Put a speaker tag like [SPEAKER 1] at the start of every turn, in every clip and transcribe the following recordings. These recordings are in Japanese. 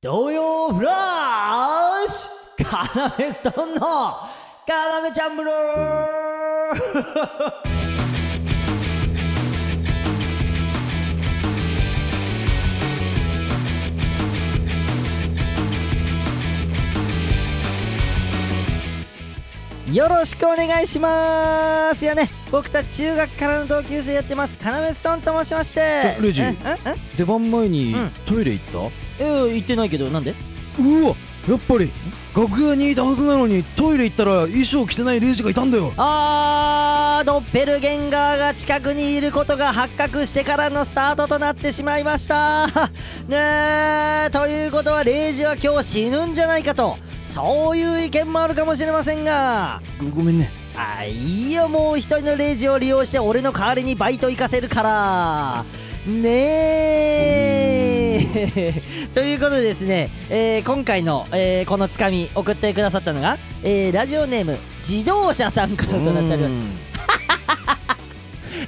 [SPEAKER 1] 童謡フラッシュカナメストンのカナメちゃんブローよろしくお願いしますいやね僕たち中学からの同級生やってますカナメストンと申しまして
[SPEAKER 2] ちょルイジ
[SPEAKER 1] んんん
[SPEAKER 2] 出番前に
[SPEAKER 1] うん
[SPEAKER 2] トイレ行った、
[SPEAKER 1] えー言ってないけどなんで
[SPEAKER 2] うわやっぱり楽屋にいたはずなのにトイレ行ったら衣装着てないレイジがいたんだよ
[SPEAKER 1] あードッペルゲンガーが近くにいることが発覚してからのスタートとなってしまいました ねえということはレイジは今日死ぬんじゃないかとそういう意見もあるかもしれませんが
[SPEAKER 2] ごごめんね
[SPEAKER 1] あいいよもう一人のレイジを利用して俺の代わりにバイト行かせるからねえということでですね、えー今回の、えーこのつかみ送ってくださったのが、えーラジオネーム自動車さんからとなっております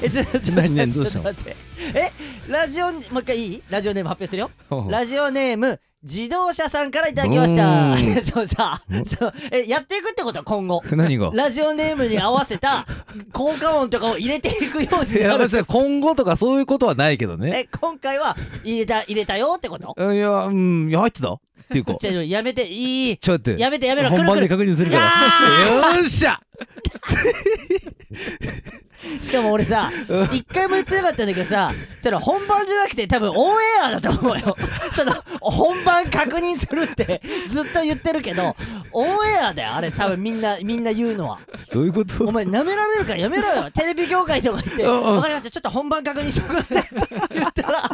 [SPEAKER 1] えちょっとちょっと
[SPEAKER 2] 何何
[SPEAKER 1] ちょっ
[SPEAKER 2] どうした
[SPEAKER 1] と
[SPEAKER 2] の
[SPEAKER 1] 待ってえラジオもう一回いいラジオネーム発表するよ
[SPEAKER 2] うん
[SPEAKER 1] ラジオネーム自動車さんからいただきました
[SPEAKER 2] うー
[SPEAKER 1] ちょっとさそうえやっていくってこと今後
[SPEAKER 2] 何が
[SPEAKER 1] ラジオネームに合わせ た効果音とかを入れていくよう
[SPEAKER 2] い
[SPEAKER 1] に
[SPEAKER 2] や
[SPEAKER 1] なる
[SPEAKER 2] 私は今後とかそういうことはないけどね
[SPEAKER 1] え今回は入れた入れたよってこと
[SPEAKER 2] いやうんいや入ってたっていう か
[SPEAKER 1] ちょやめていい
[SPEAKER 2] ちょっと待って
[SPEAKER 1] やめてやめろく
[SPEAKER 2] 本
[SPEAKER 1] るくる
[SPEAKER 2] 番で確認するか
[SPEAKER 1] い
[SPEAKER 2] らよっしゃ
[SPEAKER 1] しかも俺さ一回も言ってなかったんだけどさそれ本番じゃなくて多分オンエアだと思う よその本番確認するってずっと言ってるけどオンエアだよあれ多分みんなみんな言うのは
[SPEAKER 2] どういうこ
[SPEAKER 1] お
[SPEAKER 2] と
[SPEAKER 1] 前舐められるからやめろよテレビ業界とか言って「
[SPEAKER 2] うんうん
[SPEAKER 1] わかりましたちょっと本番確認しとく」って言った ら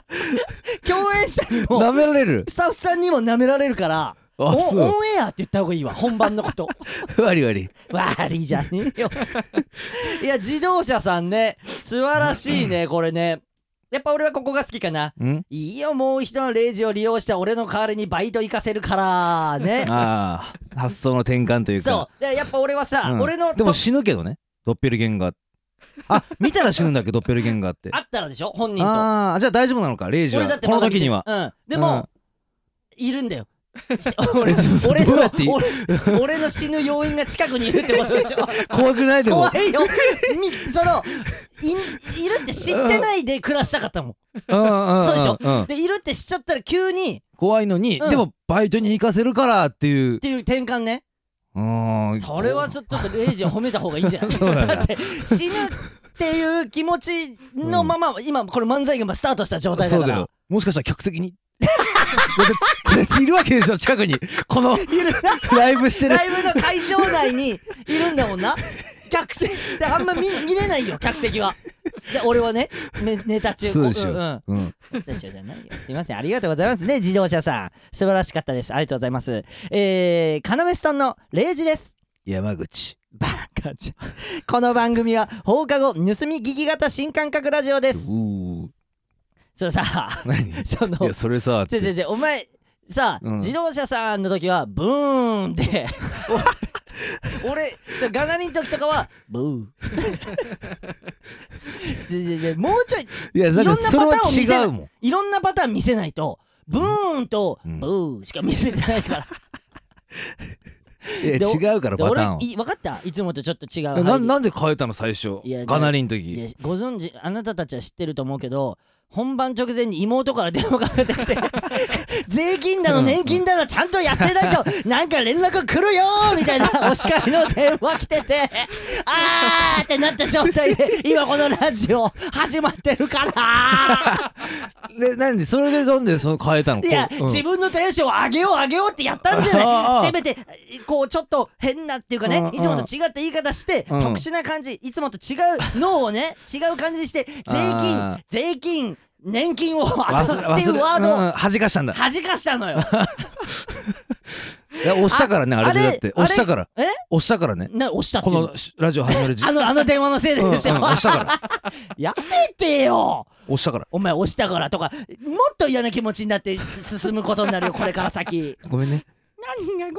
[SPEAKER 1] 共演者にも
[SPEAKER 2] 舐められる
[SPEAKER 1] スタッフさんにも舐められるから
[SPEAKER 2] あ
[SPEAKER 1] お
[SPEAKER 2] そう
[SPEAKER 1] オンエアって言った方がいいわ本番のこと
[SPEAKER 2] 割り割り
[SPEAKER 1] 悪いじゃねえよいや自動車さんね素晴らしいねこれねやっぱ俺はここが好きかなんいいよもう一度のレイジを利用して俺の代わりにバイト行かせるから ね
[SPEAKER 2] ああ発想の転換というか
[SPEAKER 1] そうでやっぱ俺はさ、
[SPEAKER 2] うん
[SPEAKER 1] 俺の
[SPEAKER 2] で
[SPEAKER 1] と
[SPEAKER 2] も死ぬけどねドッペルゲンガーあ見たら死ぬんだっけドッペルゲンガーって
[SPEAKER 1] あったらでしょ本人と
[SPEAKER 2] ああじゃあ大丈夫なのかレイジは
[SPEAKER 1] 俺だって
[SPEAKER 2] この
[SPEAKER 1] まだ見て
[SPEAKER 2] 時には
[SPEAKER 1] うんでも、いるんだ よし俺
[SPEAKER 2] でもそれ
[SPEAKER 1] 俺
[SPEAKER 2] どうや
[SPEAKER 1] の
[SPEAKER 2] っていい
[SPEAKER 1] 俺俺の死ぬ要因が近くにいるってことでしょ
[SPEAKER 2] 怖くないでも
[SPEAKER 1] 怖いよ みそのいいるって知ってないで暮らしたかったもんそ
[SPEAKER 2] そう
[SPEAKER 1] でしょ
[SPEAKER 2] うん
[SPEAKER 1] でいるって知っちゃったら急にっ
[SPEAKER 2] 怖いのに
[SPEAKER 1] うん
[SPEAKER 2] でもバイトに行かせるからっていう
[SPEAKER 1] ていう転換ね
[SPEAKER 2] うーん
[SPEAKER 1] それはちょちょっとレイジを褒めた方がいいんじゃない
[SPEAKER 2] そう だな
[SPEAKER 1] って死ぬっていう気持ちのまま、今これ漫才がスタートした状態だ
[SPEAKER 2] そう
[SPEAKER 1] か
[SPEAKER 2] だ
[SPEAKER 1] ら
[SPEAKER 2] よもしかしたら客席にだっているわけでしょ近くにこの
[SPEAKER 1] いるな
[SPEAKER 2] ライブしてる
[SPEAKER 1] ライブの会場内にいるんだもんな客席であんま見見れないよ客席はで俺はねめネタ中
[SPEAKER 2] そうでし
[SPEAKER 1] こううん
[SPEAKER 2] ょうん
[SPEAKER 1] うん、でしょじゃないよすいませんありがとうございますね自動車さん素晴らしかったですありがとうございますえー、カナメストンのレイジです
[SPEAKER 2] 山口
[SPEAKER 1] バカじゃんこの番組は放課後盗み聞き型新感覚ラジオです
[SPEAKER 2] うー
[SPEAKER 1] それさ
[SPEAKER 2] 何い
[SPEAKER 1] その
[SPEAKER 2] やそれさ
[SPEAKER 1] ちょちょちょお前さ、
[SPEAKER 2] うん
[SPEAKER 1] 自動車さんの時はブーンで俺俺ちょガナリンの時とかはブー ちょちょちょもうちょい
[SPEAKER 2] いやだからそれは違うもん
[SPEAKER 1] いろんなパターン見せないとブーンと
[SPEAKER 2] うん
[SPEAKER 1] ブーしか見せてないから、
[SPEAKER 2] いや
[SPEAKER 1] で
[SPEAKER 2] 違うから
[SPEAKER 1] で
[SPEAKER 2] パタ
[SPEAKER 1] 俺
[SPEAKER 2] ーンはい
[SPEAKER 1] 分かったいつもとちょっと違う
[SPEAKER 2] な
[SPEAKER 1] 入り
[SPEAKER 2] なんで変えたの最初
[SPEAKER 1] いや
[SPEAKER 2] ガナリンの
[SPEAKER 1] い
[SPEAKER 2] 時
[SPEAKER 1] やご存知あなたたちは知ってると思うけど本番直前に妹から電話かかって きて税金だの年金だのちゃんとやってない となんか連絡来るよーみたいなお叱りの電話来ててあーってなった状態で今このラジオ始まってるから
[SPEAKER 2] でなんでそれでなんでその変えたの
[SPEAKER 1] いや、
[SPEAKER 2] こううん
[SPEAKER 1] 自分のテンションを上げよう上げようってやったんじゃ
[SPEAKER 2] あ
[SPEAKER 1] な
[SPEAKER 2] ー
[SPEAKER 1] いせめてこうちょっと変なっていうか
[SPEAKER 2] うん
[SPEAKER 1] ね
[SPEAKER 2] うん
[SPEAKER 1] いつもと違った言い方して特
[SPEAKER 2] うん
[SPEAKER 1] 殊な感じいつもと違う脳をね違う感じにして税金
[SPEAKER 2] あ
[SPEAKER 1] 税金年金を
[SPEAKER 2] 忘れ
[SPEAKER 1] っていう
[SPEAKER 2] 忘れ
[SPEAKER 1] ワー
[SPEAKER 2] うん
[SPEAKER 1] ド
[SPEAKER 2] う
[SPEAKER 1] を
[SPEAKER 2] ん恥かしたんだ
[SPEAKER 1] 恥かしたのよ
[SPEAKER 2] いや押したからね
[SPEAKER 1] あ
[SPEAKER 2] あれで
[SPEAKER 1] あれ
[SPEAKER 2] だって
[SPEAKER 1] あれ
[SPEAKER 2] 押したから
[SPEAKER 1] え
[SPEAKER 2] 押したからね
[SPEAKER 1] な押したって
[SPEAKER 2] こ
[SPEAKER 1] いうの
[SPEAKER 2] のラジオ始まる時
[SPEAKER 1] あのあの電話のせいで
[SPEAKER 2] うんうん
[SPEAKER 1] しょ
[SPEAKER 2] 押したから
[SPEAKER 1] やめてよ
[SPEAKER 2] 押したから
[SPEAKER 1] お前押したからとかもっと嫌な気持ちになって進むことになるよこれから先
[SPEAKER 2] ごめんね
[SPEAKER 1] 何がご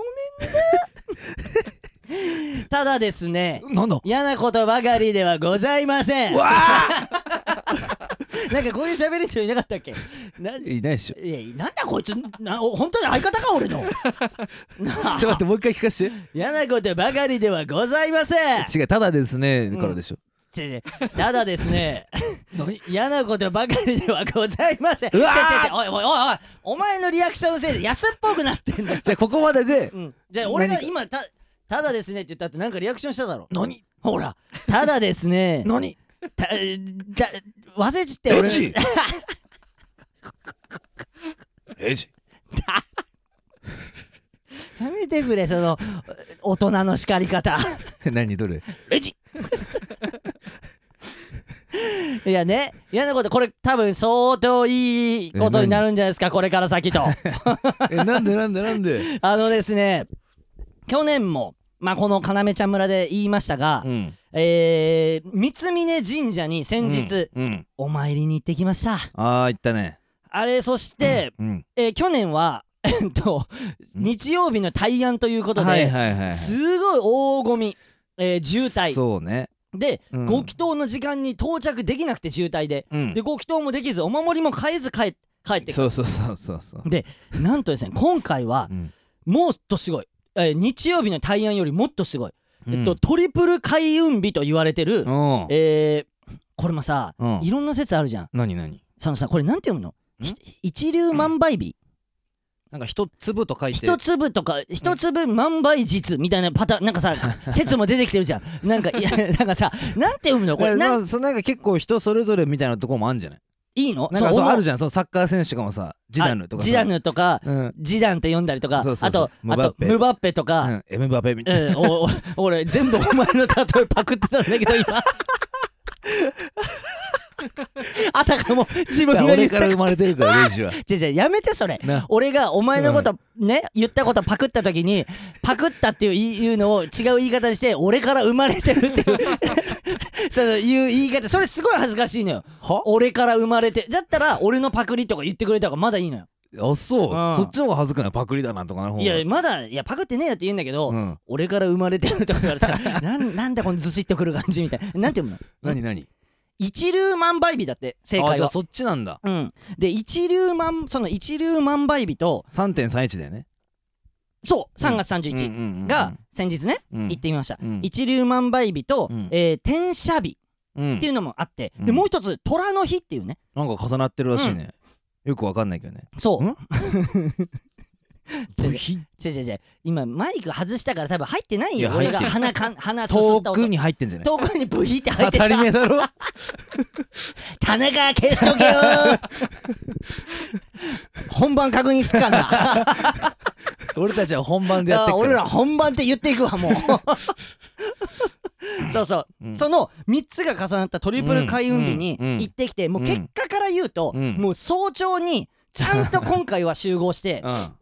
[SPEAKER 1] めんね ただですね
[SPEAKER 2] なんだ
[SPEAKER 1] 嫌なことばかりではございません
[SPEAKER 2] うわ
[SPEAKER 1] なんかこういう喋る人いなかったっけなんい
[SPEAKER 2] いないでしょ
[SPEAKER 1] やなんだこいつなお本当に相方か俺 のなあ
[SPEAKER 2] ちょっと待ってもう一回聞かせて
[SPEAKER 1] 嫌なことばかりではございません
[SPEAKER 2] 違うただですねからでしょ
[SPEAKER 1] ちょちょただですね 嫌なことばかりではございません
[SPEAKER 2] うわ
[SPEAKER 1] ち
[SPEAKER 2] ー
[SPEAKER 1] ょちょちょおいおいおいおいお前のリアクションのせいで安っぽくなってんだよ、
[SPEAKER 2] じゃあここまでで
[SPEAKER 1] うん、じゃあ俺が
[SPEAKER 2] 何
[SPEAKER 1] 今たただですねって言ったってなんかリアクションしただろ
[SPEAKER 2] 何
[SPEAKER 1] ほらただですね
[SPEAKER 2] 何
[SPEAKER 1] ただ忘れちって
[SPEAKER 2] レ
[SPEAKER 1] 俺
[SPEAKER 2] ジレジ
[SPEAKER 1] やめてくれその大人の叱り方
[SPEAKER 2] 何どれ
[SPEAKER 1] レジいやね嫌なことこれ多分相当いいことになるんじゃないですかこれから 先と
[SPEAKER 2] えなんでなんでなん で
[SPEAKER 1] あのですね去年もまあこの要ちゃん村で言いましたが、
[SPEAKER 2] ん
[SPEAKER 1] えー、三峯神社に先日、
[SPEAKER 2] うんうん
[SPEAKER 1] お参りに行ってきました
[SPEAKER 2] ああ言ったね
[SPEAKER 1] あれそして、
[SPEAKER 2] うん
[SPEAKER 1] えー去年は えっと
[SPEAKER 2] うん
[SPEAKER 1] 日曜日の大安ということで、
[SPEAKER 2] はいはいはいはい
[SPEAKER 1] すごい大ごみ、えー渋滞
[SPEAKER 2] そうね
[SPEAKER 1] で、
[SPEAKER 2] うん
[SPEAKER 1] ご祈祷の時間に到着できなくて渋滞で、
[SPEAKER 2] うん
[SPEAKER 1] でご祈祷もできずお守りも買えず帰っ帰ってき
[SPEAKER 2] そうそうそうそうそう
[SPEAKER 1] でなんとですね今回は
[SPEAKER 2] うん
[SPEAKER 1] もっとすごい、えー日曜日の大安よりもっとすごい、えっと、
[SPEAKER 2] うん
[SPEAKER 1] トリプル開運日と言われてる、
[SPEAKER 2] うん
[SPEAKER 1] えーこれもさ、
[SPEAKER 2] うん
[SPEAKER 1] いろんな説あるじゃん
[SPEAKER 2] 何何
[SPEAKER 1] そのさこれなんて読むの
[SPEAKER 2] ん
[SPEAKER 1] ひ一粒万倍日、
[SPEAKER 2] なんか一粒と書いて
[SPEAKER 1] 一粒とか一粒万倍日みたいなパターンなん かさ説も出てきてるじゃんなんかいやなんかさなんて読むのこ
[SPEAKER 2] こ
[SPEAKER 1] れ
[SPEAKER 2] れ
[SPEAKER 1] な
[SPEAKER 2] なんんなんか結構人それぞれみたいなとこもあるんじゃない
[SPEAKER 1] いいの
[SPEAKER 2] なんかそうある
[SPEAKER 1] じ
[SPEAKER 2] じゃんそうサッカー選手とかもさジダヌとかさ
[SPEAKER 1] ジダヌとか
[SPEAKER 2] うん
[SPEAKER 1] ジダンって読んだりとか
[SPEAKER 2] そうそうそう
[SPEAKER 1] あと
[SPEAKER 2] ム
[SPEAKER 1] あ
[SPEAKER 2] バッ
[SPEAKER 1] と
[SPEAKER 2] ペ
[SPEAKER 1] ムバッペとか、
[SPEAKER 2] うんエムバペみたいな
[SPEAKER 1] うん、おお俺全部お前の例えパクってたんだけど 今あたかも自分
[SPEAKER 2] だか
[SPEAKER 1] が
[SPEAKER 2] ら
[SPEAKER 1] 言
[SPEAKER 2] 俺
[SPEAKER 1] っ
[SPEAKER 2] か
[SPEAKER 1] た
[SPEAKER 2] ら生まれてるからレ ジは
[SPEAKER 1] じゃじゃやめてそれ
[SPEAKER 2] な
[SPEAKER 1] 俺がお前のことね、言ったことパクった時にパクったっていういうのを違う言い方にして俺から生まれてるっ ていうそのいう言い方それすごい恥ずかしいのよ
[SPEAKER 2] は
[SPEAKER 1] 俺から生まれてだったら俺のパクリとか言ってくれた方がまだいいのよ
[SPEAKER 2] あそう
[SPEAKER 1] うん
[SPEAKER 2] そっちの方が恥ずくないパクリだなとかなる方が
[SPEAKER 1] いやまだいやパクってねえよって言うんだけど、
[SPEAKER 2] うん
[SPEAKER 1] 俺から生まれてるとか言われたら なんなんだこのずしっとくる感じみたいななんていうの
[SPEAKER 2] 何何
[SPEAKER 1] 一粒万倍日だって正
[SPEAKER 2] あ
[SPEAKER 1] 解
[SPEAKER 2] じゃあ
[SPEAKER 1] は
[SPEAKER 2] そっちなんだ
[SPEAKER 1] うんで一粒万その一粒万倍日と
[SPEAKER 2] 3.31だよね
[SPEAKER 1] そう3月
[SPEAKER 2] うん
[SPEAKER 1] 31
[SPEAKER 2] うんうんうん
[SPEAKER 1] が先日ね、
[SPEAKER 2] うん
[SPEAKER 1] 行ってみました、
[SPEAKER 2] うん
[SPEAKER 1] 一粒万倍日と、
[SPEAKER 2] うん
[SPEAKER 1] えー天赦日
[SPEAKER 2] うん
[SPEAKER 1] っていうのもあって、
[SPEAKER 2] うん
[SPEAKER 1] でもう一つ虎の日っていうね
[SPEAKER 2] なんか重なってるらしいねよくわかんないけどね
[SPEAKER 1] そうん違う違う違う違う今マイク外したから多分入ってない
[SPEAKER 2] い
[SPEAKER 1] よ
[SPEAKER 2] や
[SPEAKER 1] 俺
[SPEAKER 2] 入っ
[SPEAKER 1] が
[SPEAKER 2] てる
[SPEAKER 1] 鼻かん鼻すす
[SPEAKER 2] 遠
[SPEAKER 1] った音
[SPEAKER 2] くに入ってんじゃない
[SPEAKER 1] 遠くにブヒって入っ
[SPEAKER 2] 当
[SPEAKER 1] て
[SPEAKER 2] たり
[SPEAKER 1] た
[SPEAKER 2] 前だろ
[SPEAKER 1] 棚が消しとけよ ー本番確認すっかんな
[SPEAKER 2] 俺たちは本番でやってっから
[SPEAKER 1] 俺ら本番って言っていくわ もうそうそう、
[SPEAKER 2] うん
[SPEAKER 1] その3つが重なったトリプル開運日に
[SPEAKER 2] うんうん
[SPEAKER 1] 行ってきて、もう結果から言うと、
[SPEAKER 2] うん
[SPEAKER 1] もう早朝にちゃんと今回は集合して
[SPEAKER 2] うん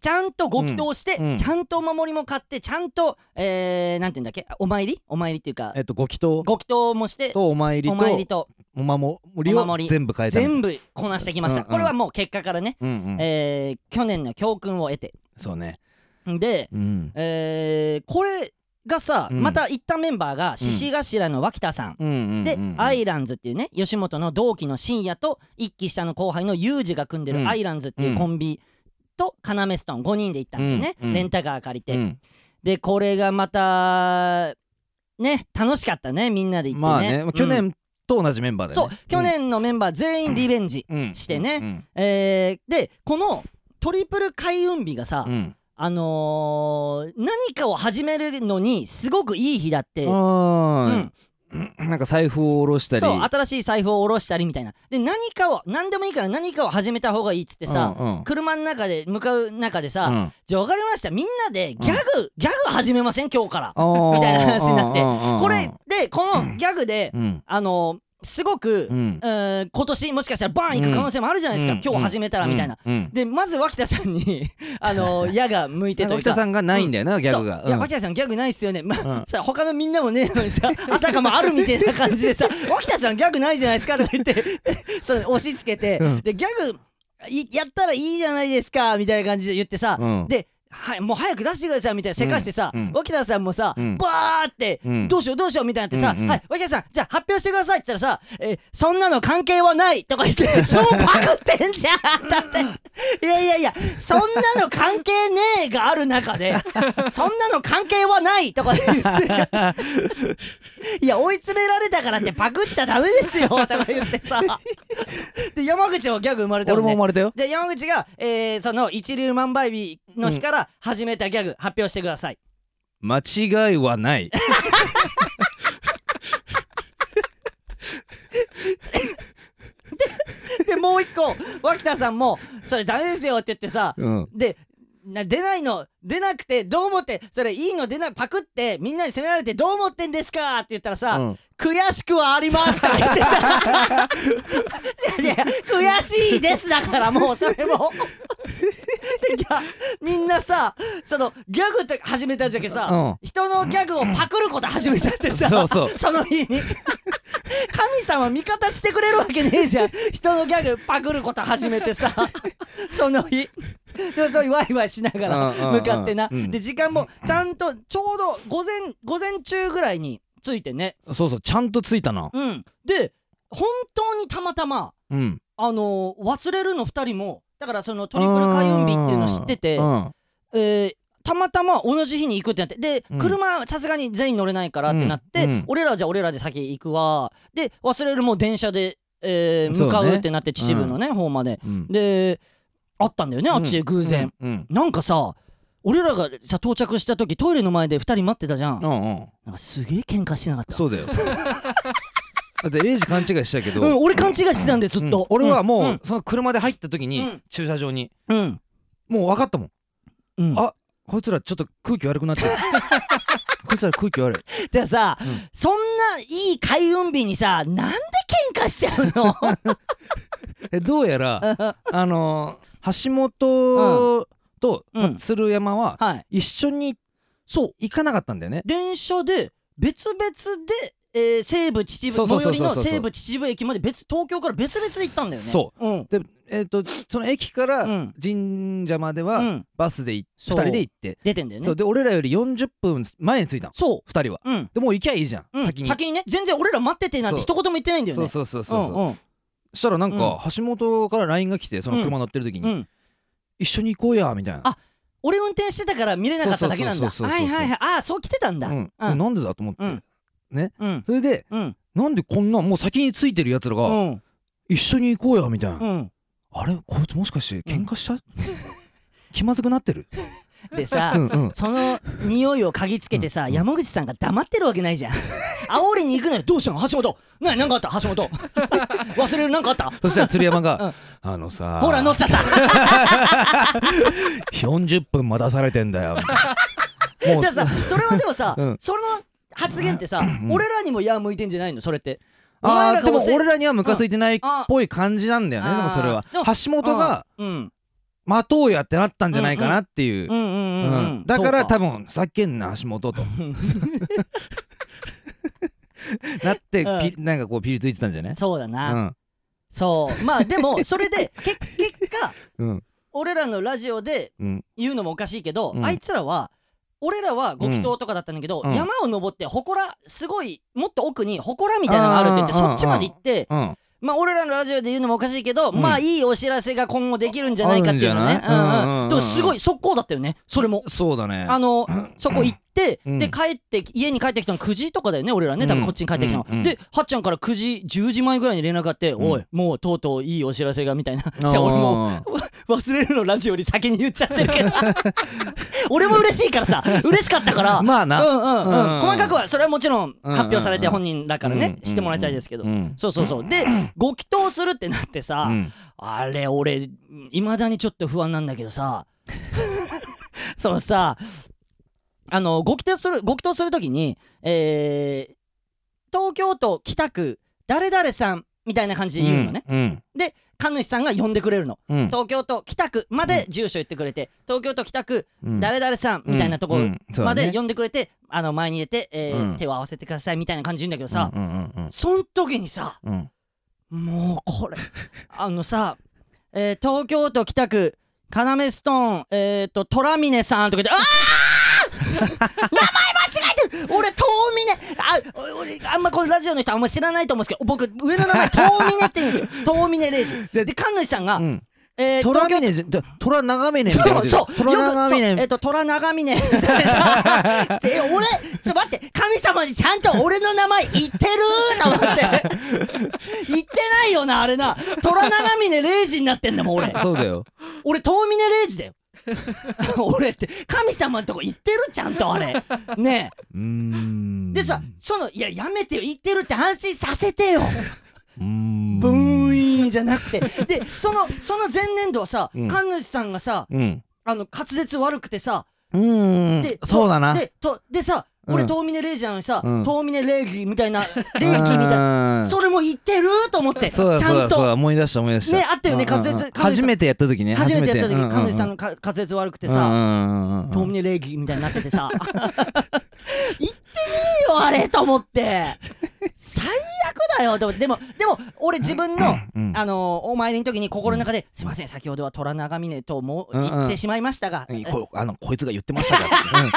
[SPEAKER 1] ちゃんとご祈祷して、
[SPEAKER 2] うんうん
[SPEAKER 1] ちゃんとお守りも買ってちゃんと、えー、なんて言うんだっけお参りお参りっていうか
[SPEAKER 2] えっとご祈祷
[SPEAKER 1] ご祈祷もして
[SPEAKER 2] とお参り
[SPEAKER 1] お参り
[SPEAKER 2] と
[SPEAKER 1] と
[SPEAKER 2] お守り
[SPEAKER 1] お
[SPEAKER 2] を
[SPEAKER 1] 守り
[SPEAKER 2] 全部変えたみたい
[SPEAKER 1] 全部こなしてきました、
[SPEAKER 2] うんうん
[SPEAKER 1] これはもう結果からね、
[SPEAKER 2] うんうん
[SPEAKER 1] えー去年の教訓を得て
[SPEAKER 2] そうね
[SPEAKER 1] で、
[SPEAKER 2] うん
[SPEAKER 1] えーこれがさ、
[SPEAKER 2] うん
[SPEAKER 1] また行ったメンバーが獅子頭の脇田さん、
[SPEAKER 2] うんうんうん
[SPEAKER 1] で、
[SPEAKER 2] うん
[SPEAKER 1] アイランズっていうね吉本の同期の深夜と一期下の後輩のユージが組んで
[SPEAKER 2] う
[SPEAKER 1] る
[SPEAKER 2] ん
[SPEAKER 1] アイランズっていうコンビと要ストーン5人で行ったんだよね、
[SPEAKER 2] うんうん
[SPEAKER 1] レンタカー借りて、
[SPEAKER 2] うん
[SPEAKER 1] でこれがまたね楽しかったねみんなで行ってね,、
[SPEAKER 2] まあねまあ去
[SPEAKER 1] うん
[SPEAKER 2] 年と同じメンバーだ
[SPEAKER 1] そう
[SPEAKER 2] よね
[SPEAKER 1] 去年のメンバー全員リベンジ、
[SPEAKER 2] うん
[SPEAKER 1] してね
[SPEAKER 2] うん
[SPEAKER 1] えーでこのトリプル開運日がさ、
[SPEAKER 2] うん
[SPEAKER 1] あのー何かを始めるのにすごくいい日だって、
[SPEAKER 2] あーなんか財布を下ろしたり
[SPEAKER 1] そう新しい財布を下ろしたりみたいなで何かを何でもいいから何かを始めた方がいいっつってさ、
[SPEAKER 2] うんうん
[SPEAKER 1] 車の中で向かう中でさ、
[SPEAKER 2] うん
[SPEAKER 1] じゃあ分かりましたみんなでギャグ、ギャグ始めません今日から、み
[SPEAKER 2] み
[SPEAKER 1] たいな話になってこ
[SPEAKER 2] こ
[SPEAKER 1] れでこのギャグで、
[SPEAKER 2] うん
[SPEAKER 1] あのーすごく、う
[SPEAKER 2] うんん
[SPEAKER 1] 今年もしかしたらバーン行く可能性もあるじゃないですか、
[SPEAKER 2] うん
[SPEAKER 1] 今日始めたらみたいな、
[SPEAKER 2] うん
[SPEAKER 1] でまず脇田さんにあの矢が向いて
[SPEAKER 2] で
[SPEAKER 1] という
[SPEAKER 2] 時
[SPEAKER 1] か
[SPEAKER 2] 田さんがないんだよなギャグ
[SPEAKER 1] そ
[SPEAKER 2] が
[SPEAKER 1] ういや
[SPEAKER 2] うん
[SPEAKER 1] 脇田さんギャグないっすよね、まあ
[SPEAKER 2] うん
[SPEAKER 1] さ他のみんなもねえのにさあたかもあるみたいな感じで さ「脇田さんギャグないじゃないですか」とか言って それ押し付けて、
[SPEAKER 2] うん
[SPEAKER 1] でギャグいやったらいいじゃないですかみたいな感じで言ってさ、
[SPEAKER 2] うん
[SPEAKER 1] ではい、もう早く出してくださいみたいなせかしてさ、
[SPEAKER 2] うんうん
[SPEAKER 1] 脇田さんもさ、
[SPEAKER 2] うん
[SPEAKER 1] バーって、
[SPEAKER 2] うん
[SPEAKER 1] どうしようどうしようみたいになってさ、
[SPEAKER 2] うんうん
[SPEAKER 1] はい、脇田さん、じゃあ発表してくださいって言ったらさ、えーそんなの関係はないとか言 って、超パクってんじゃんだって、いやいやいや、そんなの関係ねえがある中 で、そんなの関係はないとか言って、いや、追い詰められたからってパクっちゃダメですよとか言って さ、で、山口もギャグ生まれた
[SPEAKER 3] 俺
[SPEAKER 1] もん
[SPEAKER 3] も
[SPEAKER 1] ね
[SPEAKER 3] 生。まれたよ
[SPEAKER 1] で山口が、えーその一粒万倍日の日から始めたギャグ発表してください、
[SPEAKER 2] 間違いはない
[SPEAKER 1] でもう一個脇田さんも「それダメですよ」って言ってさ
[SPEAKER 2] うん
[SPEAKER 1] でな出ないの出なくてどう思ってそれいいの出ないパクってみんなに責められてどう思ってんですかって言ったらさ、
[SPEAKER 2] うん
[SPEAKER 1] 悔しくはあり ますって言ってさいやいや悔しいですだからもうそれもでギャみんなさそのギャグって始めたじゃけさ、
[SPEAKER 2] うん
[SPEAKER 1] 人のギャグをパクること始めちゃってさ
[SPEAKER 2] そうそう
[SPEAKER 1] その日に神様味方してくれるわけねえじゃん人のギャグパクること始めてさ その日でもそういうワイワイしながら
[SPEAKER 2] うんうんうん
[SPEAKER 1] 向かってな、
[SPEAKER 2] うん
[SPEAKER 1] で時間もちゃんとちょうど午前午前中ぐらいについてね
[SPEAKER 2] そうそうちゃんとついたな
[SPEAKER 1] うん、で本当にたまたま、
[SPEAKER 2] うん
[SPEAKER 1] あのー忘れるの2人もだからそのトリプル開運日っていうの知ってて
[SPEAKER 2] う、ん
[SPEAKER 1] えーたまたま同じ日に行くってなってで、
[SPEAKER 2] うん
[SPEAKER 1] 車はさすがに全員乗れないからってなって、
[SPEAKER 2] うんうん
[SPEAKER 1] 俺らじゃ俺らで先行くわで忘れるも電車で、えー
[SPEAKER 2] そう
[SPEAKER 1] 向
[SPEAKER 2] ね
[SPEAKER 1] かうってなって秩父のね、方まで
[SPEAKER 2] うん
[SPEAKER 1] であったんだよねあっちで偶然、
[SPEAKER 2] うん
[SPEAKER 1] なんかさ俺らがさ到着した時トイレの前で2人待ってたじゃん,、
[SPEAKER 2] うんうん
[SPEAKER 1] なんかすげえ喧嘩してなかった
[SPEAKER 2] そ うだよだってレイジ勘違いしたけど
[SPEAKER 1] うん、俺勘違いしてたんでずっと、
[SPEAKER 2] うん俺はもう、
[SPEAKER 1] ん
[SPEAKER 2] その車で入った時に、
[SPEAKER 1] うん
[SPEAKER 2] 駐車場に
[SPEAKER 1] うん
[SPEAKER 2] もう分かったもん
[SPEAKER 1] うん、
[SPEAKER 2] あこいつらちょっと空気悪くなっ てるこいつら空気悪い
[SPEAKER 1] でさ、
[SPEAKER 2] うん
[SPEAKER 1] そんないい開運日にさなんで喧嘩しちゃうの
[SPEAKER 2] えどうや らあのー橋本と、
[SPEAKER 1] うん
[SPEAKER 2] まあ鶴山は
[SPEAKER 1] はい
[SPEAKER 2] 一緒に
[SPEAKER 1] そう
[SPEAKER 2] 行かなかったんだよね
[SPEAKER 1] 電車で別々で、えー西武秩
[SPEAKER 2] そう
[SPEAKER 1] 父
[SPEAKER 2] そ
[SPEAKER 1] 最寄
[SPEAKER 2] うそう
[SPEAKER 1] り
[SPEAKER 2] そう
[SPEAKER 1] の西武秩父駅まで別東京から別々で行ったんだよね、
[SPEAKER 2] そう
[SPEAKER 1] ん
[SPEAKER 2] でえっ、とその駅か
[SPEAKER 1] う
[SPEAKER 2] ら
[SPEAKER 1] ん
[SPEAKER 2] 神社までは、
[SPEAKER 1] うん、
[SPEAKER 2] バスで行っ
[SPEAKER 1] そ
[SPEAKER 2] 2
[SPEAKER 1] う
[SPEAKER 2] 人で行って
[SPEAKER 1] 出てんだよね
[SPEAKER 2] そうで俺らより40分前に着いたの
[SPEAKER 1] そ
[SPEAKER 2] 2人は
[SPEAKER 1] ううん
[SPEAKER 2] でもう行きゃいいじゃん、
[SPEAKER 1] うん、
[SPEAKER 2] 先
[SPEAKER 1] 先
[SPEAKER 2] に
[SPEAKER 1] にね全然俺ら待っててなんて一言も言ってないんだよ
[SPEAKER 2] そ
[SPEAKER 1] ね
[SPEAKER 2] うそうそうそうそう、
[SPEAKER 1] うん
[SPEAKER 2] そしたらなんか
[SPEAKER 1] うん
[SPEAKER 2] 橋本から LINE が来てその車乗ってる
[SPEAKER 1] う
[SPEAKER 2] 時
[SPEAKER 1] ん
[SPEAKER 2] に
[SPEAKER 1] うん
[SPEAKER 2] 「一緒に行こうや」みたいな
[SPEAKER 1] あ俺運転してたから見れなかっただけなんだ
[SPEAKER 2] そうそう
[SPEAKER 1] は
[SPEAKER 2] そうそうそう
[SPEAKER 1] いはいはいああそう来てたんだ
[SPEAKER 2] う
[SPEAKER 1] うん
[SPEAKER 2] んうんなんでだと思っ
[SPEAKER 1] うん
[SPEAKER 2] て
[SPEAKER 1] うん
[SPEAKER 2] それで
[SPEAKER 1] うん
[SPEAKER 2] なんでこんなもう先についてるやつら
[SPEAKER 1] う
[SPEAKER 2] が
[SPEAKER 1] ん
[SPEAKER 2] 「一緒に行こうや」みたいな
[SPEAKER 1] うん
[SPEAKER 2] 「あれこいつもしかして喧嘩した気まずくなってる?
[SPEAKER 1] でさ、
[SPEAKER 2] うんうん
[SPEAKER 1] その匂いを嗅ぎつけてさ、山口さんが黙ってるわけない じゃん。煽りに行くのよ。どうしたの橋本。なに、なんかあった橋本。 忘れるなんかあった」
[SPEAKER 2] そしたら鶴山が
[SPEAKER 1] うん
[SPEAKER 2] 「あのさ
[SPEAKER 1] ほら、乗っちゃった。
[SPEAKER 2] 40分待たされてん だよ」もう
[SPEAKER 1] でさ、それはでもさ、
[SPEAKER 2] うん
[SPEAKER 1] その発言ってさ、
[SPEAKER 2] ん
[SPEAKER 1] 俺らにも矢向いてんじゃないのそれって。お前
[SPEAKER 2] あ
[SPEAKER 1] ら
[SPEAKER 2] ーで
[SPEAKER 1] が
[SPEAKER 2] も
[SPEAKER 1] おせ
[SPEAKER 2] 俺らにはムカついてないっ
[SPEAKER 1] あ
[SPEAKER 2] ぽい感じなんだよね
[SPEAKER 1] あー
[SPEAKER 2] でもそれは
[SPEAKER 1] でも
[SPEAKER 2] 橋本が
[SPEAKER 1] うん。
[SPEAKER 2] 「待とうや」ってなったんじゃないかなっていう
[SPEAKER 1] うんうんうんう。
[SPEAKER 2] うんんだから
[SPEAKER 1] そう
[SPEAKER 2] 多分さっけんな橋本 となって
[SPEAKER 1] うん
[SPEAKER 2] ピなんかこうピリついてたんじゃない
[SPEAKER 1] そうだな。
[SPEAKER 2] うん
[SPEAKER 1] そう。まあでも、それで、け結果、
[SPEAKER 2] うん
[SPEAKER 1] 俺らのラジオで
[SPEAKER 2] うん
[SPEAKER 1] 言うのもおかしいけど、
[SPEAKER 2] うん
[SPEAKER 1] あいつらは俺らはご祈祷とかだったんだけど、
[SPEAKER 2] うん
[SPEAKER 1] 山を登って祠すごいもっと奥に祠みたいなのがあるって言って
[SPEAKER 2] あー
[SPEAKER 1] そっちまで行って
[SPEAKER 2] うん
[SPEAKER 1] まあ俺らのラジオで言うのもおかしいけど、
[SPEAKER 2] うん
[SPEAKER 1] まあいいお知らせが今後できるんじゃないかっていうのね
[SPEAKER 2] あるんじゃない
[SPEAKER 1] うんうん
[SPEAKER 2] うんうんうん
[SPEAKER 1] でもすごい速攻だったよねそれも。
[SPEAKER 2] そうだね
[SPEAKER 1] あのそこ行って、
[SPEAKER 2] うん
[SPEAKER 1] で帰って家に帰ってきたの9時とかだよね俺らね多分こっちに帰ってきたの、
[SPEAKER 2] うんうんうん
[SPEAKER 1] ではっちゃんから9時10時前ぐらいに連絡があって「
[SPEAKER 2] ん
[SPEAKER 1] おいもうとうとういいお知らせが」みたいなじ
[SPEAKER 2] あ
[SPEAKER 1] ゃ
[SPEAKER 2] ー
[SPEAKER 1] あ俺もう忘れるのラジオより先に言っちゃってるけど 俺も嬉しいからさ嬉しかったから
[SPEAKER 2] まあ
[SPEAKER 1] う
[SPEAKER 2] なん
[SPEAKER 1] うんうん、
[SPEAKER 2] うん
[SPEAKER 1] 細かくはそれはもちろん
[SPEAKER 2] うん
[SPEAKER 1] 発表されて本人だからね、
[SPEAKER 2] うん
[SPEAKER 1] してもらいたいですけど、
[SPEAKER 2] うん
[SPEAKER 1] そうそうそうでご祈祷するってなってさ、
[SPEAKER 2] うん
[SPEAKER 1] あれ俺いまだにちょっと不安なんだけどさ そのさあのご祈祷するご祈祷するときにえー東京都北区誰々さんみたいな感じで言うのね、
[SPEAKER 2] うん
[SPEAKER 1] で神主さんが呼んでくれるの
[SPEAKER 2] うんうん
[SPEAKER 1] 東京都北区まで住所言ってくれて、東京都北区
[SPEAKER 2] うん
[SPEAKER 1] 誰々さんみたいなとこ
[SPEAKER 2] う
[SPEAKER 1] ろ
[SPEAKER 2] んそうだ
[SPEAKER 1] ま
[SPEAKER 2] ね
[SPEAKER 1] で呼んでくれて、あの前に出て、えー
[SPEAKER 2] うん
[SPEAKER 1] 手を合わせてくださいみたいな感じ言うんだけどさ、
[SPEAKER 2] うんうんうん
[SPEAKER 1] そん時にさ
[SPEAKER 2] うん
[SPEAKER 1] もうこれあのさ、えー東京都北区カナメストーン、えっ、ー、と、トラミネさんとか言って、ああ 名前間違えてる俺、トーミネ、あ、お俺、あんまこのラジオの人あんま知らないと思うんですけど、僕、上の名前、トーミネって言うんで すよ。トーミネレイジ。
[SPEAKER 2] じゃあ
[SPEAKER 1] で、神主さんが、
[SPEAKER 2] うん
[SPEAKER 1] えー、
[SPEAKER 2] トラ
[SPEAKER 1] 東京
[SPEAKER 2] ミネじゃトラ長峰みたいな
[SPEAKER 1] そうそう
[SPEAKER 2] トラ
[SPEAKER 1] よ
[SPEAKER 2] 長
[SPEAKER 1] くそうえっ
[SPEAKER 2] 峰
[SPEAKER 1] と虎長峰で俺ちょ待って神様にちゃんと俺の名前言ってると 思って言ってないよなあれな虎長峰0時になってんだもん俺
[SPEAKER 2] そう だよ
[SPEAKER 1] 俺遠峰0時だよ 俺って神様のとこ言ってるちゃんとあれねえ
[SPEAKER 2] うーん
[SPEAKER 1] でさそのいややめてよ言ってるって安心させてよ
[SPEAKER 2] うーん
[SPEAKER 1] ブーンじゃなくてでそのその前年度はさ、
[SPEAKER 2] うん
[SPEAKER 1] 神主さんがさ
[SPEAKER 2] うん
[SPEAKER 1] あの滑舌悪くてさ
[SPEAKER 2] うーん
[SPEAKER 1] で
[SPEAKER 2] そうだな
[SPEAKER 1] でとでさ
[SPEAKER 2] うん
[SPEAKER 1] 俺遠峰レイジなのにさ
[SPEAKER 2] うん
[SPEAKER 1] 遠峰レイジみたいなレイギ
[SPEAKER 2] う
[SPEAKER 1] みたいな
[SPEAKER 2] ーん
[SPEAKER 1] それも言ってると思ってち
[SPEAKER 2] そうだそう
[SPEAKER 1] ゃ
[SPEAKER 2] だ
[SPEAKER 1] ん
[SPEAKER 2] そうだ
[SPEAKER 1] と
[SPEAKER 2] 思い出した思い出した
[SPEAKER 1] ねあったよね
[SPEAKER 2] うんうんうん
[SPEAKER 1] 滑舌
[SPEAKER 2] 初めてやった時ね
[SPEAKER 1] 初めてやった時
[SPEAKER 2] うんうんうん
[SPEAKER 1] 神主さんのか滑舌悪くて
[SPEAKER 2] う
[SPEAKER 1] さ
[SPEAKER 2] んうんうんうん
[SPEAKER 1] 遠峰レイジみたいになっててさ言ってねえよあれと思って最悪だよでもでもでも俺自分の
[SPEAKER 2] うん
[SPEAKER 1] あのお参りの時に心の中で「すいません先ほどは虎長峰とも
[SPEAKER 2] うんうん
[SPEAKER 1] 言ってしまいましたが
[SPEAKER 2] うんこあのこいつが言ってましたか らっ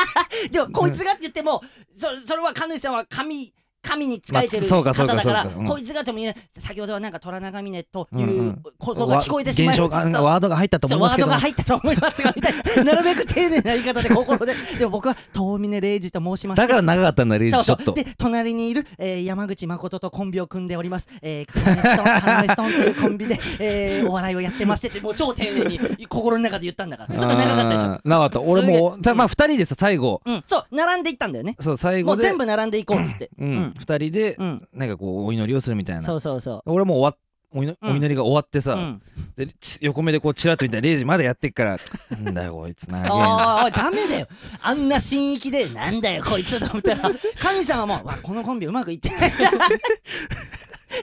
[SPEAKER 2] てうん
[SPEAKER 1] でもこいつがって言ってもそそれは神主さんは神神に仕えて
[SPEAKER 2] ま
[SPEAKER 1] る
[SPEAKER 2] あそ
[SPEAKER 1] 方
[SPEAKER 2] うかそうか
[SPEAKER 1] だから
[SPEAKER 2] そうかうん
[SPEAKER 1] こいつがとも言えない先ほどはなんか虎長峰とい
[SPEAKER 2] んう
[SPEAKER 1] うんことが聞こえてしまい
[SPEAKER 2] 現
[SPEAKER 1] そ
[SPEAKER 2] 象
[SPEAKER 1] う
[SPEAKER 2] がワードが入ったと思
[SPEAKER 1] そ
[SPEAKER 2] いうま
[SPEAKER 1] ワー
[SPEAKER 2] すけ
[SPEAKER 1] ド
[SPEAKER 2] ど
[SPEAKER 1] が入ったと思いますがみたいな なるべく丁寧な言い方で心ででも僕は遠峰礼二と申しまして
[SPEAKER 2] だから長かったんだレイジ
[SPEAKER 1] そう
[SPEAKER 2] ち
[SPEAKER 1] そ
[SPEAKER 2] ょっと
[SPEAKER 1] うで隣にいる、えー山口誠とコンビを組んでおります、えー、カナメストーンカナメストーンというコンビで、えーお笑いをやってましてってもう超丁寧に心の中で言ったんだからちょっと長かったでしょ
[SPEAKER 2] ょ長かった俺もうたまあ2人でさ最後
[SPEAKER 1] うんそう並んでいったんだよね
[SPEAKER 2] そう最
[SPEAKER 1] も
[SPEAKER 2] 後
[SPEAKER 1] う
[SPEAKER 2] で
[SPEAKER 1] 全部並んでいこうっつって、う
[SPEAKER 2] う
[SPEAKER 1] ん
[SPEAKER 2] ん、二人で、
[SPEAKER 1] うん
[SPEAKER 2] なんかこうお祈りをするみたい
[SPEAKER 1] そ
[SPEAKER 2] な
[SPEAKER 1] うそうそ
[SPEAKER 2] 俺もう終わっお祈
[SPEAKER 1] うん
[SPEAKER 2] お祈りが終わって
[SPEAKER 1] う。
[SPEAKER 2] さ、
[SPEAKER 1] うん、
[SPEAKER 2] でち横目でこうチラッと見たらレイジまだやってっから「なんだよこいつな」
[SPEAKER 1] ああダメだよあんな新域でなんだよこいつと思った ら神様もわこのコンビうまくいってない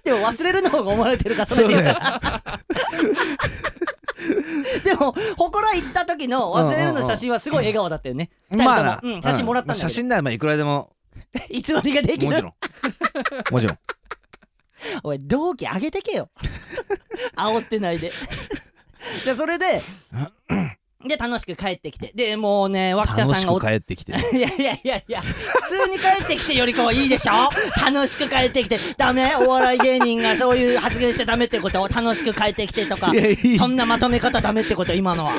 [SPEAKER 1] でも忘れるの方が思われてるからそれで言うからでも祠行った時の忘れるの写真はすごい笑顔だったよね二人とも、
[SPEAKER 2] な
[SPEAKER 1] うん、写真もらったんだけど、
[SPEAKER 2] うまあ写真ならまあいくらでも
[SPEAKER 1] 偽りができ
[SPEAKER 2] もち
[SPEAKER 1] る
[SPEAKER 2] ろんもちろん
[SPEAKER 1] おい同期上げてけよ 煽ってない でじゃあそれでで楽しく帰ってきてでもうね脇田
[SPEAKER 2] 楽
[SPEAKER 1] さん
[SPEAKER 2] し
[SPEAKER 1] がお
[SPEAKER 2] く帰ってき て
[SPEAKER 1] いやいやいやいや普通に帰ってきてよりかはいいでしょ 楽しく帰ってきてダメお笑い芸人がそういう発言しちゃダメってことを楽しく帰ってきてとか
[SPEAKER 2] いやいい
[SPEAKER 1] そんなまとめ方ダメってこと今の は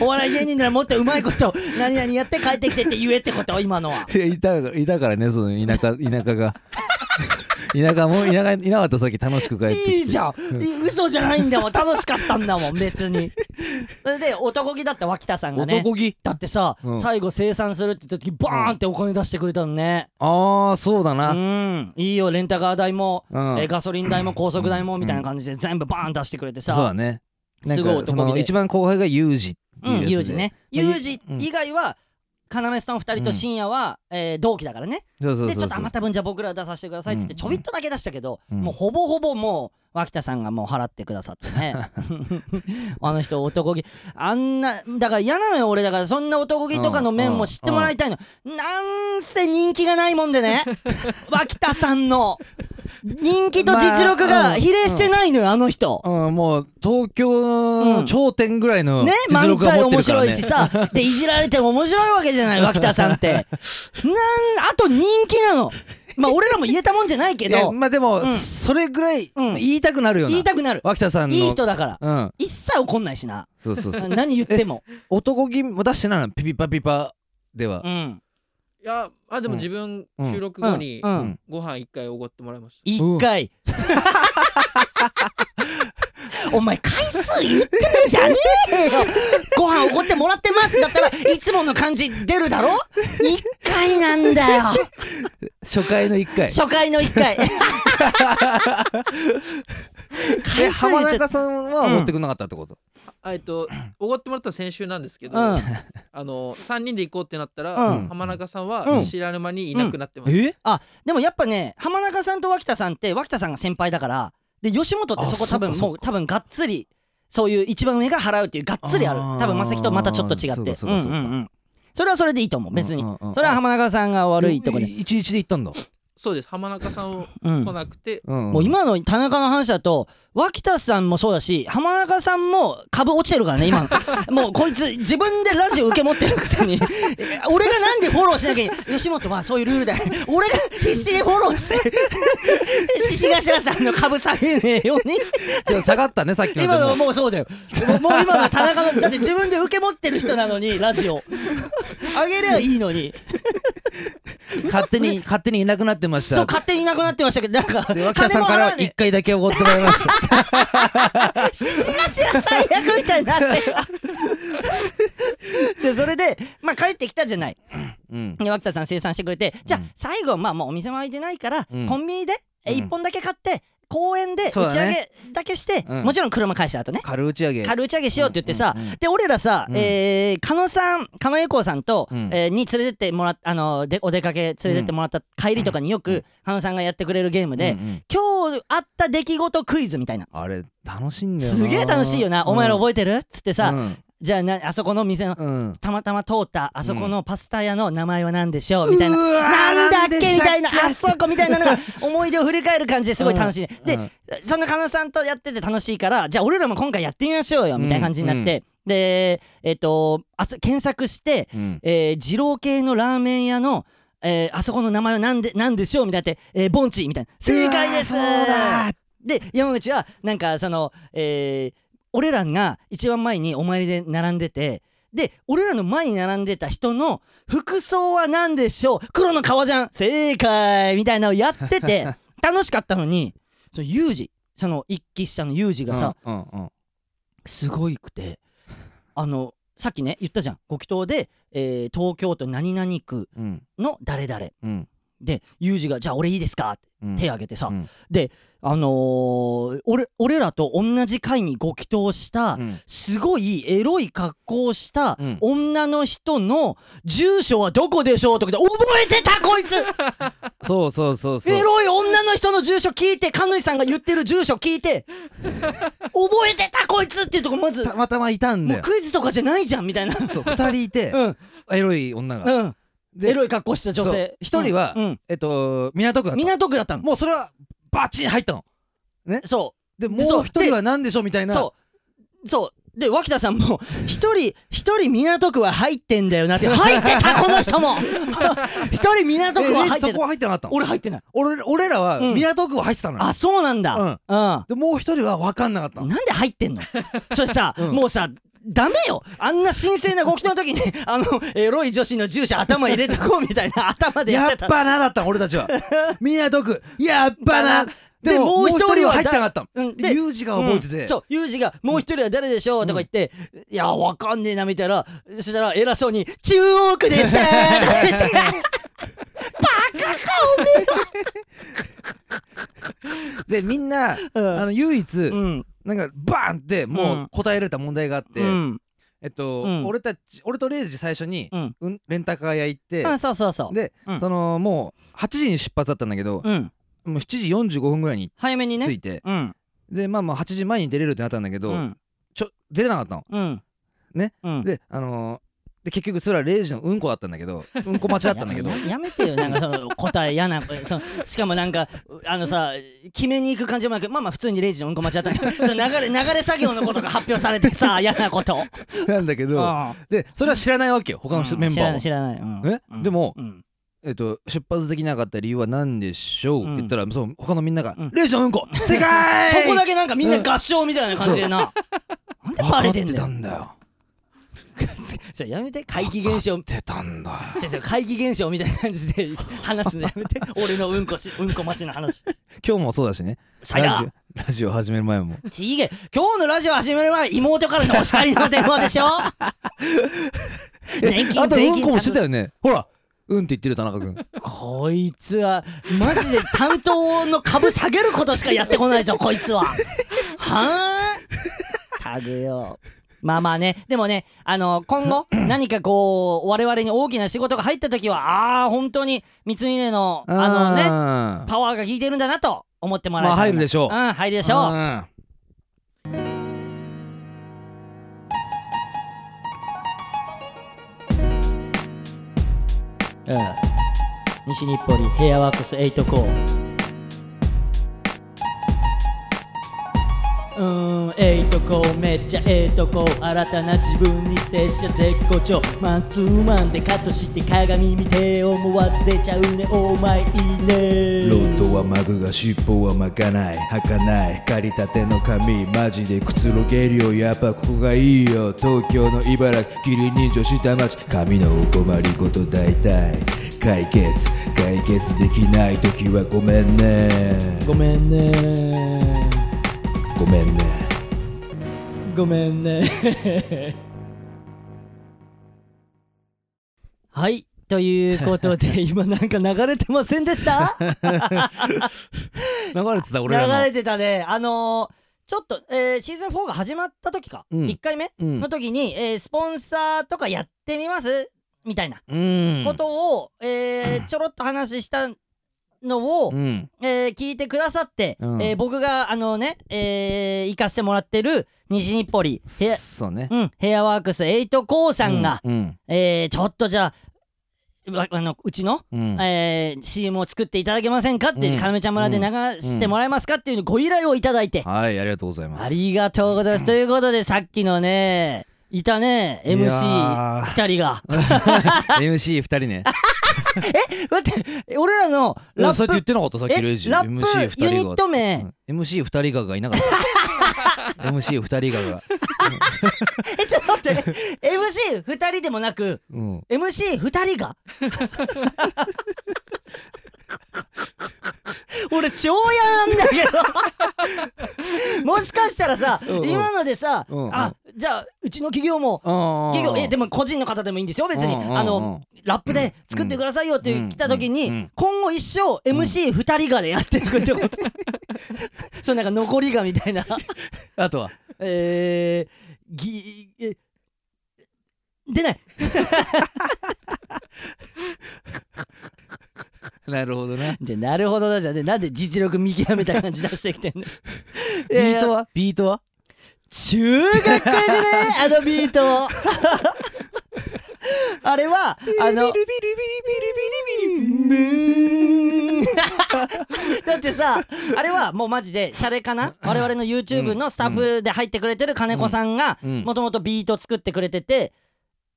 [SPEAKER 1] お笑い芸人ならもっとうまいこと何々やって帰ってきてって言えってこと今のはい
[SPEAKER 2] やいたいたからねその田舎田舎が 田舎も田舎いなかったさっき楽しく帰ってきて
[SPEAKER 1] いいじゃんい嘘じゃないんだもん楽しかったんだ もん別にそれで男気だった脇田さんがね
[SPEAKER 2] 男気
[SPEAKER 1] だってさ、
[SPEAKER 2] うん
[SPEAKER 1] 最後生産するって言った時バーンってお金出してくれたのね、
[SPEAKER 2] ああそうだ
[SPEAKER 1] う
[SPEAKER 2] な、
[SPEAKER 1] ん、いいよレンタカー代も、
[SPEAKER 2] うん
[SPEAKER 1] えーガソリン代も高速代もみたいな感じで全部バーン出してくれて
[SPEAKER 2] そうだ
[SPEAKER 1] さ、
[SPEAKER 2] ねなん
[SPEAKER 1] すごい
[SPEAKER 2] かそ
[SPEAKER 1] 男気
[SPEAKER 2] の
[SPEAKER 1] で
[SPEAKER 2] 一番後輩がユージって
[SPEAKER 1] う
[SPEAKER 2] いうんやつで
[SPEAKER 1] ユージね
[SPEAKER 2] まあ
[SPEAKER 1] ユージ
[SPEAKER 2] うん
[SPEAKER 1] 以外は要さん2人と深夜は、えー同期だからね
[SPEAKER 2] そうそうそう
[SPEAKER 1] でちょ
[SPEAKER 2] そう
[SPEAKER 1] っと余った分じゃあ僕ら出させてくださいっつって
[SPEAKER 2] うん
[SPEAKER 1] ちょびっとだけ出したけど、
[SPEAKER 2] うん
[SPEAKER 1] もうほぼほぼもう脇田さんがもう払ってくださって ねあの人男気あんなだから嫌なのよ俺だからそんな男気とかの面も知ってもらいたいの、なんせ人気がないもんで ね脇田さんの人気と実力
[SPEAKER 2] ま
[SPEAKER 1] が
[SPEAKER 2] あうん
[SPEAKER 1] 比例してないのよあの人、
[SPEAKER 2] うん、もう東京
[SPEAKER 1] う
[SPEAKER 2] の
[SPEAKER 1] ん
[SPEAKER 2] 頂点ぐらいの
[SPEAKER 1] ね
[SPEAKER 2] 実
[SPEAKER 1] 漫
[SPEAKER 2] 力が
[SPEAKER 1] 才
[SPEAKER 2] 持って
[SPEAKER 1] 面
[SPEAKER 2] るから
[SPEAKER 1] 白
[SPEAKER 2] ね。
[SPEAKER 1] いしさでいじられても面白いわけじゃない脇田さんって なんあと人気なのまあ俺らも言えたもんじゃないけ
[SPEAKER 2] いや
[SPEAKER 1] ど
[SPEAKER 2] まあでも、
[SPEAKER 1] うん
[SPEAKER 2] それぐらい
[SPEAKER 1] うん
[SPEAKER 2] 言いたくなるよな。
[SPEAKER 1] 言いたくなる
[SPEAKER 2] 脇田さんの。
[SPEAKER 1] いい人だから
[SPEAKER 2] うん。
[SPEAKER 1] 一切怒んないし な
[SPEAKER 2] そうそうそう。
[SPEAKER 1] 何言っても
[SPEAKER 2] 男気も出してないのピピパピパでは
[SPEAKER 1] う。ん
[SPEAKER 4] いやあでも
[SPEAKER 2] うん
[SPEAKER 4] 自分
[SPEAKER 2] うん
[SPEAKER 4] 収録後に
[SPEAKER 1] うん
[SPEAKER 2] うん
[SPEAKER 4] ご飯一回おごってもらいました
[SPEAKER 1] 一回 お前回数言ってんじゃねえよご飯おごってもらってますだったらいつもの感じ出るだろ一回なんだよ
[SPEAKER 2] 初回の一回。
[SPEAKER 1] 初回の一 回
[SPEAKER 2] え、
[SPEAKER 1] 回数
[SPEAKER 2] 浜
[SPEAKER 1] 言っちゃっ
[SPEAKER 2] 中さんは持ってくんなかったってこと。
[SPEAKER 4] あえっとおごってもらったの先週なんですけど、
[SPEAKER 1] うん
[SPEAKER 4] あの3人で行こうってなったら、
[SPEAKER 1] うん
[SPEAKER 4] 浜中さん
[SPEAKER 1] う
[SPEAKER 4] は
[SPEAKER 1] ん
[SPEAKER 4] 知らぬ間にいなくなってます、
[SPEAKER 2] え
[SPEAKER 1] あでもやっぱね浜中さんと脇田さんって脇田さんが先輩だからで吉本ってそこ多分
[SPEAKER 2] あそっかそっ
[SPEAKER 1] もう多分がっつりそういう一番上が払うっていうがっつりある
[SPEAKER 2] あー
[SPEAKER 1] 多分マセキとまたちょっと違
[SPEAKER 2] そう
[SPEAKER 1] っ
[SPEAKER 2] か
[SPEAKER 1] て
[SPEAKER 2] そううん
[SPEAKER 1] うん
[SPEAKER 2] かそう
[SPEAKER 1] う
[SPEAKER 2] か
[SPEAKER 1] んそれはそれでいいと思う別に
[SPEAKER 2] うんうんうん
[SPEAKER 1] それは浜中さんが悪いとこで
[SPEAKER 2] いいちいちで行ったんだ。
[SPEAKER 4] そうです浜中さんを
[SPEAKER 1] うん
[SPEAKER 4] 来なくて、
[SPEAKER 2] うん
[SPEAKER 1] もう今の田中の話だと脇田さんもそうだし浜中さんも株落ちてるからね 今もうこいつ自分でラジオ受け持ってるくせに俺がなんでフォローしなきゃいけない吉本はそういうルールだよ俺が必死にフォローして獅子頭さんの株下げねえように
[SPEAKER 2] でも下がったねさっきの
[SPEAKER 1] 今の
[SPEAKER 2] で
[SPEAKER 1] は
[SPEAKER 2] も
[SPEAKER 1] もうそうだよもうもう今の田中のだって自分で受け持ってる人なのにラジオあげりゃいいのに
[SPEAKER 2] 勝手に勝手にいなくなってました
[SPEAKER 1] そう勝手にいなくなってましたけどなんか
[SPEAKER 2] で脇田
[SPEAKER 1] 金
[SPEAKER 2] さんから
[SPEAKER 1] も払わねえ
[SPEAKER 2] 一回だけおごってもらいまし た
[SPEAKER 1] 獅子頭最悪みたいになってるじゃあ それで、まあ、帰ってきたじゃない
[SPEAKER 2] うん
[SPEAKER 1] で脇田さん生産してくれてじゃあ最後まあもうお店も開いてないから、
[SPEAKER 2] うん
[SPEAKER 1] コンビニでえ
[SPEAKER 2] うん
[SPEAKER 1] 1本だけ買って公園で打
[SPEAKER 2] そう
[SPEAKER 1] ち
[SPEAKER 2] だ
[SPEAKER 1] 上
[SPEAKER 2] ね
[SPEAKER 1] げだけして、
[SPEAKER 2] うん
[SPEAKER 1] もちろん車返した後ね
[SPEAKER 2] 軽打ち上げ
[SPEAKER 1] 軽打ち上げしようって言ってさ、
[SPEAKER 2] うんうんうん
[SPEAKER 1] で俺らさ、
[SPEAKER 2] うん
[SPEAKER 1] えー、狩野さん狩野英孝さんと、
[SPEAKER 2] うん
[SPEAKER 1] えーに連れてってもらっあのでお出かけ連れてってもらった帰りとかによく、狩野さんがやってくれるゲームで、
[SPEAKER 2] うんうん
[SPEAKER 1] 今日あった出来事クイズみたいな。
[SPEAKER 2] あれ楽しいんだよな
[SPEAKER 1] すげえ楽しいよな、お前ら
[SPEAKER 2] え
[SPEAKER 1] 覚えてるっつってさ、
[SPEAKER 2] うん
[SPEAKER 1] じゃあなあそこの店の
[SPEAKER 2] うん
[SPEAKER 1] たまたま通ったあそこのパスタ屋の名前は何でしょうみたいななんだっけみたいなあそこみたいなのが思い出を振り返る感じですごい楽しい、で、そんな狩野さんとやってて楽しいからじゃあ俺らも今回やってみましょうよみたいな感じになって、でえっ、とあそ検索して、
[SPEAKER 2] うん
[SPEAKER 1] えー二郎系のラーメン屋のえーあそこの名前は何で何でしょうみたいになって、えー、ボンチみたいな正解です
[SPEAKER 2] うわーそうだ
[SPEAKER 1] で山口はなんかその、えー俺らが一番前にお参りで並んでてで俺らの前に並んでた人の服装は何でしょう黒の革じゃん正解みたいなのをやって て楽しかったのにそのユージその一騎下のユージがさ、
[SPEAKER 2] うんうん
[SPEAKER 1] すごいく てあのさっきね言ったじゃんご祈祷で、えー東京都何々区
[SPEAKER 2] うん
[SPEAKER 1] の誰々
[SPEAKER 2] うん
[SPEAKER 1] でユージが「じゃあ俺いいですか?」って
[SPEAKER 2] うん
[SPEAKER 1] 手挙げてさ、
[SPEAKER 2] うん
[SPEAKER 1] であのー俺俺らと同じ会にご祈祷した、
[SPEAKER 2] うん
[SPEAKER 1] すごいエロい格好をした
[SPEAKER 2] うん
[SPEAKER 1] 女の人の住所はどこでしょうとかで覚えてたこいつ
[SPEAKER 2] そうそうそう そう
[SPEAKER 1] エロい女の人の住所聞いてカヌイさんが言ってる住所聞い て覚えてたこいつっていうとこまず
[SPEAKER 2] たまたまいたんだ
[SPEAKER 1] もう
[SPEAKER 2] よ
[SPEAKER 1] クイズとかじゃないじゃんみたいな
[SPEAKER 2] そう二人いて
[SPEAKER 1] うん
[SPEAKER 2] エロい女が
[SPEAKER 1] うん
[SPEAKER 2] で
[SPEAKER 1] エロい格好した女
[SPEAKER 2] そう
[SPEAKER 1] 性
[SPEAKER 2] 一人は
[SPEAKER 1] うんうん
[SPEAKER 2] えっと港区だった
[SPEAKER 1] 港区だったの
[SPEAKER 2] もうそれはバチン入ったの
[SPEAKER 1] そう
[SPEAKER 2] でも
[SPEAKER 1] そう
[SPEAKER 2] う一人は何でしょうみたいな
[SPEAKER 1] そうそうで脇田さんも一人一人港区は入ってんだよなって入ってたこの人 も一人港
[SPEAKER 2] え
[SPEAKER 1] 区は
[SPEAKER 2] レ
[SPEAKER 1] 入
[SPEAKER 2] イジ
[SPEAKER 1] って
[SPEAKER 2] そこ
[SPEAKER 1] た
[SPEAKER 2] は入ってなかったの
[SPEAKER 1] 俺入ってない
[SPEAKER 2] 俺俺らは
[SPEAKER 1] うん
[SPEAKER 2] 港区は入ってたのよ
[SPEAKER 1] あそうなんだ
[SPEAKER 2] う
[SPEAKER 1] うんん、な
[SPEAKER 2] でもう一人は分かんなかったの
[SPEAKER 1] んで入って んのそれさ、
[SPEAKER 2] うん
[SPEAKER 1] もうさダメよあんな神聖な動きの時に あのエロい女子の住所頭入れてこうみたいな頭でやっ
[SPEAKER 2] やって
[SPEAKER 1] た
[SPEAKER 2] ぱなだったの俺た ちは港区やっぱなで
[SPEAKER 1] で
[SPEAKER 2] も
[SPEAKER 1] も
[SPEAKER 2] も
[SPEAKER 1] う
[SPEAKER 2] う
[SPEAKER 1] 一
[SPEAKER 2] 一
[SPEAKER 1] 人は
[SPEAKER 2] 人は入ってなかったの
[SPEAKER 1] うん
[SPEAKER 2] でユージが覚えて
[SPEAKER 1] うん
[SPEAKER 2] て
[SPEAKER 1] そうユージが「もう一人は誰でしょう?」とか言って「いやわかんねえな」みたいなそしたら偉そうに「中央区でした!」とか言ってバカか
[SPEAKER 2] でみんな
[SPEAKER 1] おめえ
[SPEAKER 2] あの唯一
[SPEAKER 1] うん
[SPEAKER 2] なんかバーンって
[SPEAKER 1] う
[SPEAKER 2] もうん答えられた問題があって
[SPEAKER 1] うん
[SPEAKER 2] えっと
[SPEAKER 1] うん
[SPEAKER 2] 俺たち俺とレイジ最初に
[SPEAKER 1] うん
[SPEAKER 2] うんレンタカー屋行って
[SPEAKER 1] あそうそうそう
[SPEAKER 2] で
[SPEAKER 1] うん
[SPEAKER 2] そのもう8時に出発だったんだけど
[SPEAKER 1] うん
[SPEAKER 2] もう7時45分ぐらいに
[SPEAKER 1] 早めにね
[SPEAKER 2] 着いて
[SPEAKER 1] うん
[SPEAKER 2] でまあまあ8時前に出れるってなったんだけ
[SPEAKER 1] う
[SPEAKER 2] ど
[SPEAKER 1] ん
[SPEAKER 2] ちょ出れなかったの
[SPEAKER 1] うん
[SPEAKER 2] ね
[SPEAKER 1] うん
[SPEAKER 2] であのーで結局それは0時のうんこだったんだけどうんこ待ちだったんだけ ど
[SPEAKER 1] やややめてよなんかそ の答え嫌なそのしかもなんかあのさ決めに行く感じもなくまあまあ普通に0時のうんこ待ちだったんだ けどその流れ流れ作業のことが発表されてさ嫌なこと
[SPEAKER 2] なんだけ
[SPEAKER 1] う
[SPEAKER 2] ど
[SPEAKER 1] ん
[SPEAKER 2] でそれは知らないわけよ他の人メンバーは
[SPEAKER 1] 知らない知らない、うん
[SPEAKER 2] え
[SPEAKER 1] うん
[SPEAKER 2] でも
[SPEAKER 1] うん
[SPEAKER 2] えっと出発できなかった理由は何でしょうっ
[SPEAKER 1] う
[SPEAKER 2] て
[SPEAKER 1] ん
[SPEAKER 2] 言ったらそう他のみんなが
[SPEAKER 1] うん
[SPEAKER 2] 「0時のうんこ正解!」
[SPEAKER 1] そこだけなんかみんな合唱みたいな感じでな。なんで
[SPEAKER 2] 分か
[SPEAKER 1] バレ
[SPEAKER 2] って
[SPEAKER 1] ん
[SPEAKER 2] て
[SPEAKER 1] だ
[SPEAKER 2] た
[SPEAKER 1] よ。
[SPEAKER 2] んだよ
[SPEAKER 1] じゃあやめて、怪奇現象。
[SPEAKER 2] 出たんだよ
[SPEAKER 1] じゃあじゃあ怪奇現象みたいな感じで話すのやめて。俺のうんこし、うんこ待ちの話。
[SPEAKER 2] 今日もそうだしね
[SPEAKER 1] さ
[SPEAKER 2] ラ
[SPEAKER 1] や
[SPEAKER 2] ジオラジオ始める前も
[SPEAKER 1] ちげえ今日のラジオ始める前、妹からのお叱りの電話で しょ年
[SPEAKER 2] あ
[SPEAKER 1] 金、
[SPEAKER 2] と
[SPEAKER 1] 税
[SPEAKER 2] うん
[SPEAKER 1] 金
[SPEAKER 2] こもして
[SPEAKER 1] ち
[SPEAKER 2] た
[SPEAKER 1] ゃん
[SPEAKER 2] よねほらうんって言ってる田中君
[SPEAKER 1] とこいつは、マジで担当の株下げることしかやってこ ないぞ、こいつは。はぁタグよ。まあまあね、でもね、あの、今 後、何かこう、我々に大きな仕事が入った時は、ああ、本当に、三峰の、 あのね、
[SPEAKER 2] の
[SPEAKER 1] パワーが効いてるんだなと思ってもらえたら
[SPEAKER 2] まあ入るでしょう
[SPEAKER 1] うん、入るで
[SPEAKER 2] で
[SPEAKER 1] しょう。うん。西日暮里ヘアワックス8コうーん、えいとこめっちゃええとこ新たな自分に拙者絶好調マンツーマンでカットして鏡見て思わず出ちゃうねお前いいね
[SPEAKER 5] ロッドは巻くが尻尾は巻かない履かない借りたての髪マジでくつろげるよやっぱここがいいよ東京の茨城義理人情下町髪のお困りごと大体解決解決できない時はごめんね
[SPEAKER 1] ごめんね
[SPEAKER 5] ごめんね
[SPEAKER 1] ごめんね はいということ で今なんか流れてませんでした
[SPEAKER 2] 流れて
[SPEAKER 1] 流
[SPEAKER 2] た俺らの
[SPEAKER 1] れてたねあのーちょっと、えーシーズン4が始まった時か、
[SPEAKER 2] うん
[SPEAKER 1] 1回目
[SPEAKER 2] うん
[SPEAKER 1] の時に、えースポンサーとかやってみますみたいな
[SPEAKER 2] うん
[SPEAKER 1] ことを、えーちょろっと話したのを、
[SPEAKER 2] うん
[SPEAKER 1] えー聞いてくださって、
[SPEAKER 2] うん
[SPEAKER 1] えー僕があのね、えー行かせてもらってる西日暮里ヘア
[SPEAKER 2] そうね
[SPEAKER 1] うん、ヘアワークス8コウさんが、
[SPEAKER 2] うん
[SPEAKER 1] えーちょっとじゃあわあのうちの、
[SPEAKER 2] うん
[SPEAKER 1] えー CM を作っていただけませんかっていう、
[SPEAKER 2] うん
[SPEAKER 1] カルメちゃん村で流してもらえますかっていうご依頼をいただいて、
[SPEAKER 2] はいありがとうございます
[SPEAKER 1] ありがとうございます、ということでさっきのねいたね
[SPEAKER 2] いや
[SPEAKER 1] MC2
[SPEAKER 2] ー
[SPEAKER 1] 人 が
[SPEAKER 2] MC2 人ね
[SPEAKER 1] 待って俺らのラ
[SPEAKER 2] さっ
[SPEAKER 1] ッ
[SPEAKER 2] き言っ
[SPEAKER 1] プ
[SPEAKER 2] てなかったさっき
[SPEAKER 1] え
[SPEAKER 2] レイジ
[SPEAKER 1] ラッ
[SPEAKER 2] MC
[SPEAKER 1] プユニット名、
[SPEAKER 2] MC2 人ががいなかった MC2 人がが
[SPEAKER 1] えちょっと待って MC2 人でもなく
[SPEAKER 2] うん
[SPEAKER 1] MC2 人 が俺超嫌なんだけ どもしかしたらさ、
[SPEAKER 2] んうん
[SPEAKER 1] 今のでさ、
[SPEAKER 2] うんうん
[SPEAKER 1] あじゃあうちの企業も、
[SPEAKER 2] 企
[SPEAKER 1] 企業えでも個人の方でもいいんですよ別に、あの、ラップで作ってくださいよって
[SPEAKER 2] うん
[SPEAKER 1] 来た時に、
[SPEAKER 2] うんうん
[SPEAKER 1] 今後一生 MC2 人がでやっていくって こと、そうなんか残りがみたいな
[SPEAKER 2] あとは
[SPEAKER 1] えー、ぎえ出ない
[SPEAKER 2] なるほどね
[SPEAKER 1] じゃあなるほどなじゃねなんで実力見極めた感じ出してきてんの
[SPEAKER 2] ビートはビートは
[SPEAKER 1] 中学校でねあのビート あれはあの だってさあれはもうマジでシャレかな我々の YouTube のスタッフで入ってくれてる金子さんが
[SPEAKER 2] うんうん
[SPEAKER 1] もともとビート作ってくれてて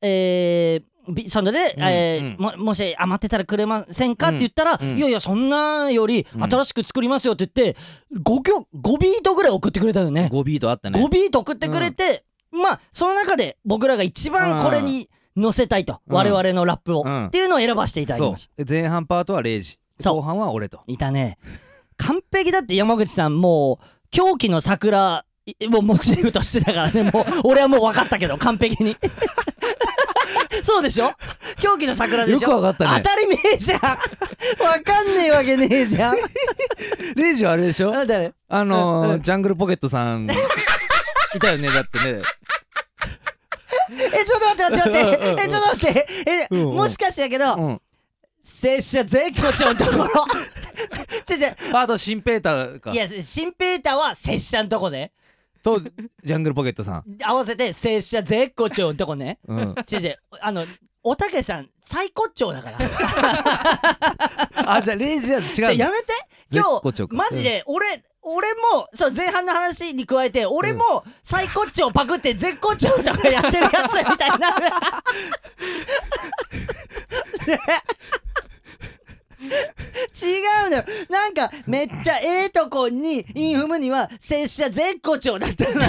[SPEAKER 1] えービそれで、
[SPEAKER 2] うん
[SPEAKER 1] えーももし余ってたらくれませんかって言ったら、
[SPEAKER 2] うんうん
[SPEAKER 1] いやいやそんなより
[SPEAKER 2] うん
[SPEAKER 1] 新しく作りますよって言って5曲5ビートぐらい送ってくれたよね
[SPEAKER 2] 5ビートあったね
[SPEAKER 1] 5ビート送ってくれて、まあその中で僕らが一番これに乗せたいと、
[SPEAKER 2] うん
[SPEAKER 1] 我々のラップを、
[SPEAKER 2] うん
[SPEAKER 1] っていうのを選ばせていただき
[SPEAKER 2] そう
[SPEAKER 1] まし
[SPEAKER 2] 前半パートはレイジ
[SPEAKER 1] そう
[SPEAKER 2] 後半は俺と
[SPEAKER 1] たいたね完璧だって山口さんもう狂気の桜をモチーフとしてたからねもう俺はもう分かったけど完璧に そうでしょ狂気の桜でしょ
[SPEAKER 2] よく分かったね
[SPEAKER 1] 当たり前じゃん分かんねえわけねえじゃん
[SPEAKER 2] レイジはあれでしょ
[SPEAKER 1] あ誰
[SPEAKER 2] あ
[SPEAKER 1] うんう
[SPEAKER 2] のー
[SPEAKER 1] ん
[SPEAKER 2] ジャングルポケットさんいたよねだってね
[SPEAKER 1] えちょっと待って待って待ってえちょっと待ってえ、
[SPEAKER 2] うんうん
[SPEAKER 1] もしかしてだけど、
[SPEAKER 2] うん
[SPEAKER 1] 拙者絶好調のとこ ろちょち
[SPEAKER 2] あとシンペーター
[SPEAKER 1] ょ
[SPEAKER 2] か
[SPEAKER 1] いや新ペーターは拙者のとこね
[SPEAKER 2] とジャングルポケットさん
[SPEAKER 1] 合わせて拙者絶好調のとこね
[SPEAKER 2] うん
[SPEAKER 1] ちょちょあのおたけさん最高潮だから
[SPEAKER 2] あじゃあレイジは
[SPEAKER 1] ちょ
[SPEAKER 2] 違う
[SPEAKER 1] やめて今
[SPEAKER 2] 絶好調
[SPEAKER 1] 日
[SPEAKER 2] か
[SPEAKER 1] マジで俺、俺もそう前半の話に加えて俺も最高潮パクって絶好調とかやってるやつみたいになるね違うのよなんかめっちゃええとこにインフムには拙者絶好調だ ったのよ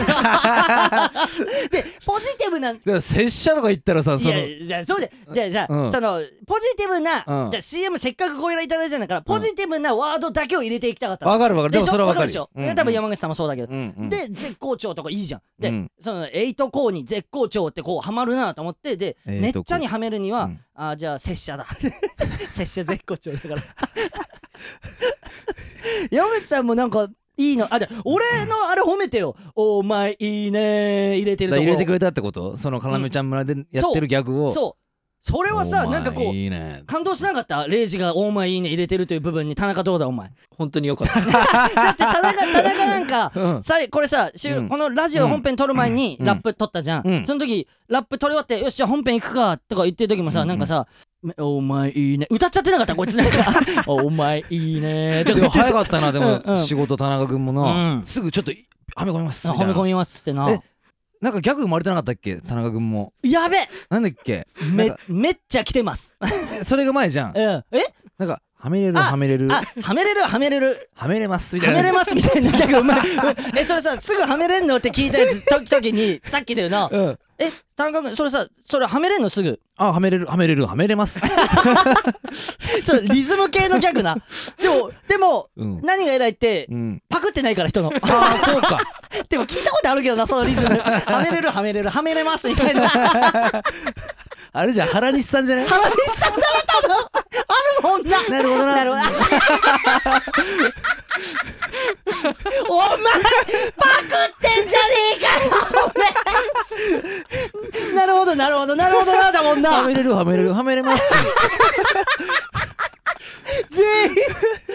[SPEAKER 1] でポジティブな
[SPEAKER 2] でも拙者とか言ったらさ
[SPEAKER 1] い
[SPEAKER 2] その
[SPEAKER 1] やいやそうででさ、
[SPEAKER 2] うん
[SPEAKER 1] そのポジティブな、
[SPEAKER 2] うん
[SPEAKER 1] じゃあ CM せっかくご依頼いただいたんだからポジティブなワードだけを入れていきたかったの
[SPEAKER 2] わかるわかる
[SPEAKER 1] で
[SPEAKER 2] でも
[SPEAKER 1] しょ
[SPEAKER 2] それは
[SPEAKER 1] わ
[SPEAKER 2] わ
[SPEAKER 1] か
[SPEAKER 2] か
[SPEAKER 1] る
[SPEAKER 2] る
[SPEAKER 1] でしょ、
[SPEAKER 2] ようん
[SPEAKER 1] で多分山口さんもそうだけど、
[SPEAKER 2] うんうん
[SPEAKER 1] で絶好調とかいいじゃんで、
[SPEAKER 2] うん
[SPEAKER 1] そのエイトコーに絶好調ってこうハマるなと思ってで
[SPEAKER 2] エイ
[SPEAKER 1] めっ
[SPEAKER 2] トコー
[SPEAKER 1] ちゃにはめるには、
[SPEAKER 2] うん
[SPEAKER 1] あーじゃあ拙者だ 拙者絶好調だから 山口さんもなんかいいのあじゃあ俺のあれ褒めてよ「お前いいね」入れてる
[SPEAKER 2] だ
[SPEAKER 1] とこ
[SPEAKER 2] 入れてくれたってことその要ちゃん村でやってるギャグを
[SPEAKER 1] そうそれはさ
[SPEAKER 2] お前
[SPEAKER 1] なんかこう
[SPEAKER 2] いいね
[SPEAKER 1] 感動しなかったレイジが「お前いいね」入れてるという部分に田中どうだお前
[SPEAKER 4] 本当によかった。
[SPEAKER 1] だって田 中田中なんか
[SPEAKER 2] うん
[SPEAKER 1] さこれさ、収録
[SPEAKER 2] うん
[SPEAKER 1] このラジオ本編撮る前に
[SPEAKER 2] うん
[SPEAKER 1] ラップ撮ったじゃん、
[SPEAKER 2] うん
[SPEAKER 1] その時ラップ撮り終わってよしじゃあ本編行くかとか言ってる時もさ、
[SPEAKER 2] うん
[SPEAKER 1] なんかさめお前いいね歌っちゃってなかったこいつなんか お前いいねとか
[SPEAKER 2] で
[SPEAKER 1] 言
[SPEAKER 2] も
[SPEAKER 1] って
[SPEAKER 2] 早かったなで
[SPEAKER 1] うんうん
[SPEAKER 2] も仕事田中君も
[SPEAKER 1] う
[SPEAKER 2] なんすぐちょっとはめ込みます
[SPEAKER 1] あ
[SPEAKER 2] み
[SPEAKER 1] 褒
[SPEAKER 2] たい
[SPEAKER 1] め
[SPEAKER 2] な
[SPEAKER 1] 込みますってな
[SPEAKER 2] えなんかギャグ生まれてなかったっけ田中君も
[SPEAKER 1] やべ
[SPEAKER 2] なんだっけ
[SPEAKER 1] め
[SPEAKER 2] なんか
[SPEAKER 1] めっちゃ来てます、
[SPEAKER 2] それが前じゃん
[SPEAKER 1] うん、え
[SPEAKER 2] なんかはめれる
[SPEAKER 1] あ
[SPEAKER 2] はめれる
[SPEAKER 1] あはめれるはめれる
[SPEAKER 2] はめれますみ
[SPEAKER 1] は
[SPEAKER 2] た
[SPEAKER 1] い
[SPEAKER 2] な
[SPEAKER 1] めれますみたいなギャグうまい えそれさすぐはめれんのって聞いたやつと時にさっきだよな
[SPEAKER 2] うん
[SPEAKER 1] え田中君それさそれはめれんのすぐ
[SPEAKER 2] あはめれるはめれるはめれ ます、
[SPEAKER 1] それリズム系のギャグなでもでも
[SPEAKER 2] うん
[SPEAKER 1] 何が偉いって
[SPEAKER 2] うん、
[SPEAKER 1] パクってないから人 の
[SPEAKER 2] ああそうか
[SPEAKER 1] でも聞いたことあるけどなそのリズムはめれるはめれるはめれますみたい な原
[SPEAKER 2] あれじゃん原西さんじゃない
[SPEAKER 1] 西さんだろ多分あるもんな
[SPEAKER 2] なるほどな
[SPEAKER 1] なるほどお前パクってんじゃねえかよお前なるほどなるほどなるほどなだもん
[SPEAKER 2] は
[SPEAKER 1] な
[SPEAKER 2] めれるはめれるはめれます
[SPEAKER 1] 全員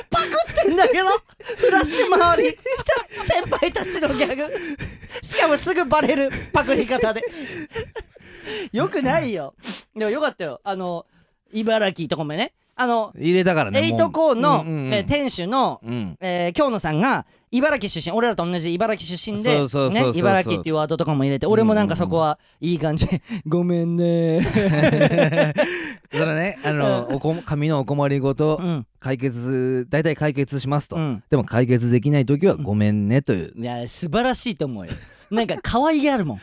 [SPEAKER 1] パクってんだけどフラッシュ回り先輩たちのギャグしかもすぐバレるパクり方でよくないよでもよかったよあの茨城とかもねあの
[SPEAKER 2] 入れたからね
[SPEAKER 1] エイトコーンの、
[SPEAKER 2] うんうんうん
[SPEAKER 1] えー店主の、
[SPEAKER 2] うん
[SPEAKER 1] えー京野さんが茨城出身俺らと同じ茨城出身で
[SPEAKER 2] そうそうそう
[SPEAKER 1] ね
[SPEAKER 2] そうそう
[SPEAKER 1] 茨城っていうワードとかも入れて俺もなんかそこはいい感じ ごめんね
[SPEAKER 2] それねあのおこ紙のお困りごと
[SPEAKER 1] うん
[SPEAKER 2] 解決大体解決しますと、
[SPEAKER 1] うん
[SPEAKER 2] でも解決できない時はごめんねという、
[SPEAKER 1] いや素晴らしいと思うよ なんか可愛げあるもん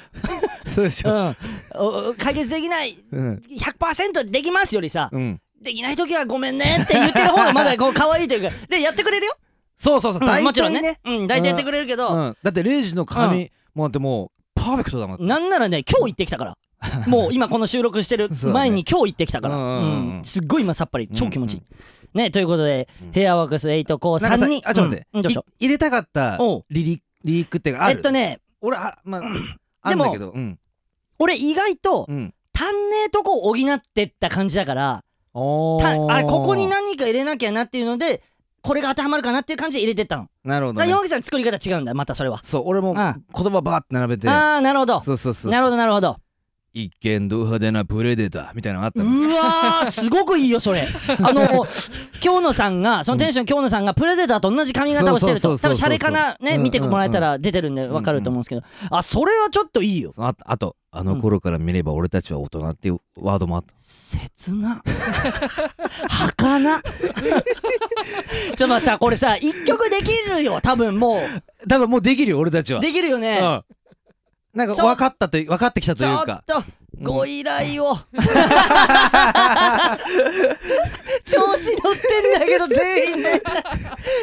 [SPEAKER 2] そうでしょ
[SPEAKER 1] うん、おお解決できない
[SPEAKER 2] うん
[SPEAKER 1] 100%できますよりさ、
[SPEAKER 2] うん
[SPEAKER 1] できない時はごめんねって言ってる方がまだこう可愛いというかでやってくれるよ、
[SPEAKER 2] そうそうそう、
[SPEAKER 1] うん
[SPEAKER 2] 大
[SPEAKER 1] もちろ
[SPEAKER 2] 体
[SPEAKER 1] ん
[SPEAKER 2] ね
[SPEAKER 1] ね、うん、大体やってくれるけど、
[SPEAKER 2] うん、だって0時の紙、もうだってもうパーフェクトだもんだって
[SPEAKER 1] なんならね今日行ってきた からもう今この収録してる
[SPEAKER 2] そうだね
[SPEAKER 1] 前に今日行ってきたから、
[SPEAKER 2] うん
[SPEAKER 1] う
[SPEAKER 2] うんうんうん
[SPEAKER 1] んすっごい今さっぱり超気持ちいい、
[SPEAKER 2] うん
[SPEAKER 1] ねということで、ヘアワークス8コー
[SPEAKER 2] なんかさ
[SPEAKER 1] 3人
[SPEAKER 2] あちょっと待って、
[SPEAKER 1] うんうんどうしよ
[SPEAKER 2] い入れたかった
[SPEAKER 1] おう
[SPEAKER 2] リリリリックっていう
[SPEAKER 1] う
[SPEAKER 2] かあ
[SPEAKER 1] え
[SPEAKER 2] る
[SPEAKER 1] っとね
[SPEAKER 2] 俺はまああ
[SPEAKER 1] で
[SPEAKER 2] るん
[SPEAKER 1] も
[SPEAKER 2] だけどうん
[SPEAKER 1] 俺意外と
[SPEAKER 2] うん
[SPEAKER 1] 足んねえとこを補ってった感じだから
[SPEAKER 2] お
[SPEAKER 1] た
[SPEAKER 2] ー
[SPEAKER 1] あれここに何か入れなきゃなっていうのでこれが当てはまるかなっていう感じで入れてったの
[SPEAKER 2] なるほど、
[SPEAKER 1] あ
[SPEAKER 2] ね
[SPEAKER 1] 山、口さん作り方違うんだまたそれは
[SPEAKER 2] そう俺も
[SPEAKER 1] うん
[SPEAKER 2] 言葉バーって並べて
[SPEAKER 1] ああなるほど
[SPEAKER 2] そうそうそう
[SPEAKER 1] なるほどなるほど
[SPEAKER 2] 一見ド派手なプレデターみたいなのがあった
[SPEAKER 1] う
[SPEAKER 2] の
[SPEAKER 1] わーすごくいいよ それあの京野さんがその店主の京野さんがプレデターと同じ髪型をしてる
[SPEAKER 2] そ
[SPEAKER 1] と
[SPEAKER 2] うそ
[SPEAKER 1] 多分
[SPEAKER 2] うそう
[SPEAKER 1] シ
[SPEAKER 2] そ
[SPEAKER 1] ャレか
[SPEAKER 2] う
[SPEAKER 1] な
[SPEAKER 2] うんうん
[SPEAKER 1] ね
[SPEAKER 2] うん
[SPEAKER 1] 見てもらえたら出てるんでわかると思うんですけどあそれはちょっといいよ
[SPEAKER 2] ああとあの頃から見れば俺たちは大人っていうワードもあった、
[SPEAKER 1] 切な 儚ちょまあさこれさ一曲できるよ多分も
[SPEAKER 2] 多分もうできるよ俺たち
[SPEAKER 1] う
[SPEAKER 2] は
[SPEAKER 1] できるよね
[SPEAKER 2] うんなんか
[SPEAKER 1] そう
[SPEAKER 2] 分かったという分かってきたと
[SPEAKER 1] ち
[SPEAKER 2] い
[SPEAKER 1] ょ
[SPEAKER 2] う
[SPEAKER 1] っ
[SPEAKER 2] か
[SPEAKER 1] とご依頼を、 調子乗ってんだけど全員で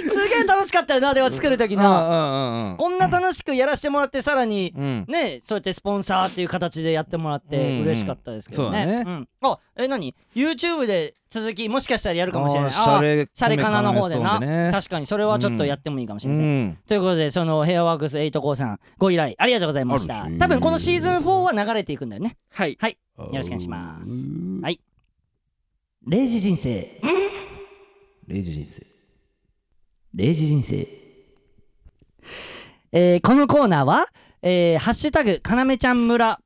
[SPEAKER 1] すげえ楽しかったよなでは作る時な
[SPEAKER 2] あうん
[SPEAKER 1] こんな楽しくやらせてもらってさらに
[SPEAKER 2] うんうんうん
[SPEAKER 1] ねそうやってスポンサーっていう形でやってもらっ
[SPEAKER 2] うん
[SPEAKER 1] て
[SPEAKER 2] うん
[SPEAKER 1] 嬉しかったですけどね,、
[SPEAKER 2] そうだね
[SPEAKER 1] んあえ何 YouTube で続きもしかしたらやるかもしれない
[SPEAKER 2] あー
[SPEAKER 1] あー
[SPEAKER 2] シャレ
[SPEAKER 1] シャレかなの方でな
[SPEAKER 2] コメカナの人でね
[SPEAKER 1] 確かにそれはちょっとやってもいいかもしれません、
[SPEAKER 2] ん
[SPEAKER 1] ということでそのヘアワークス8コーさんご依頼ありがとうございました
[SPEAKER 2] あるし
[SPEAKER 1] 多分このシーズン4は流れていくんだよね
[SPEAKER 4] はい。
[SPEAKER 1] よろしくお願いしますはい0時人生
[SPEAKER 2] レイジ人生
[SPEAKER 1] 0時人生、えーこのコーナーは「えーハッシュタグかなめちゃん村」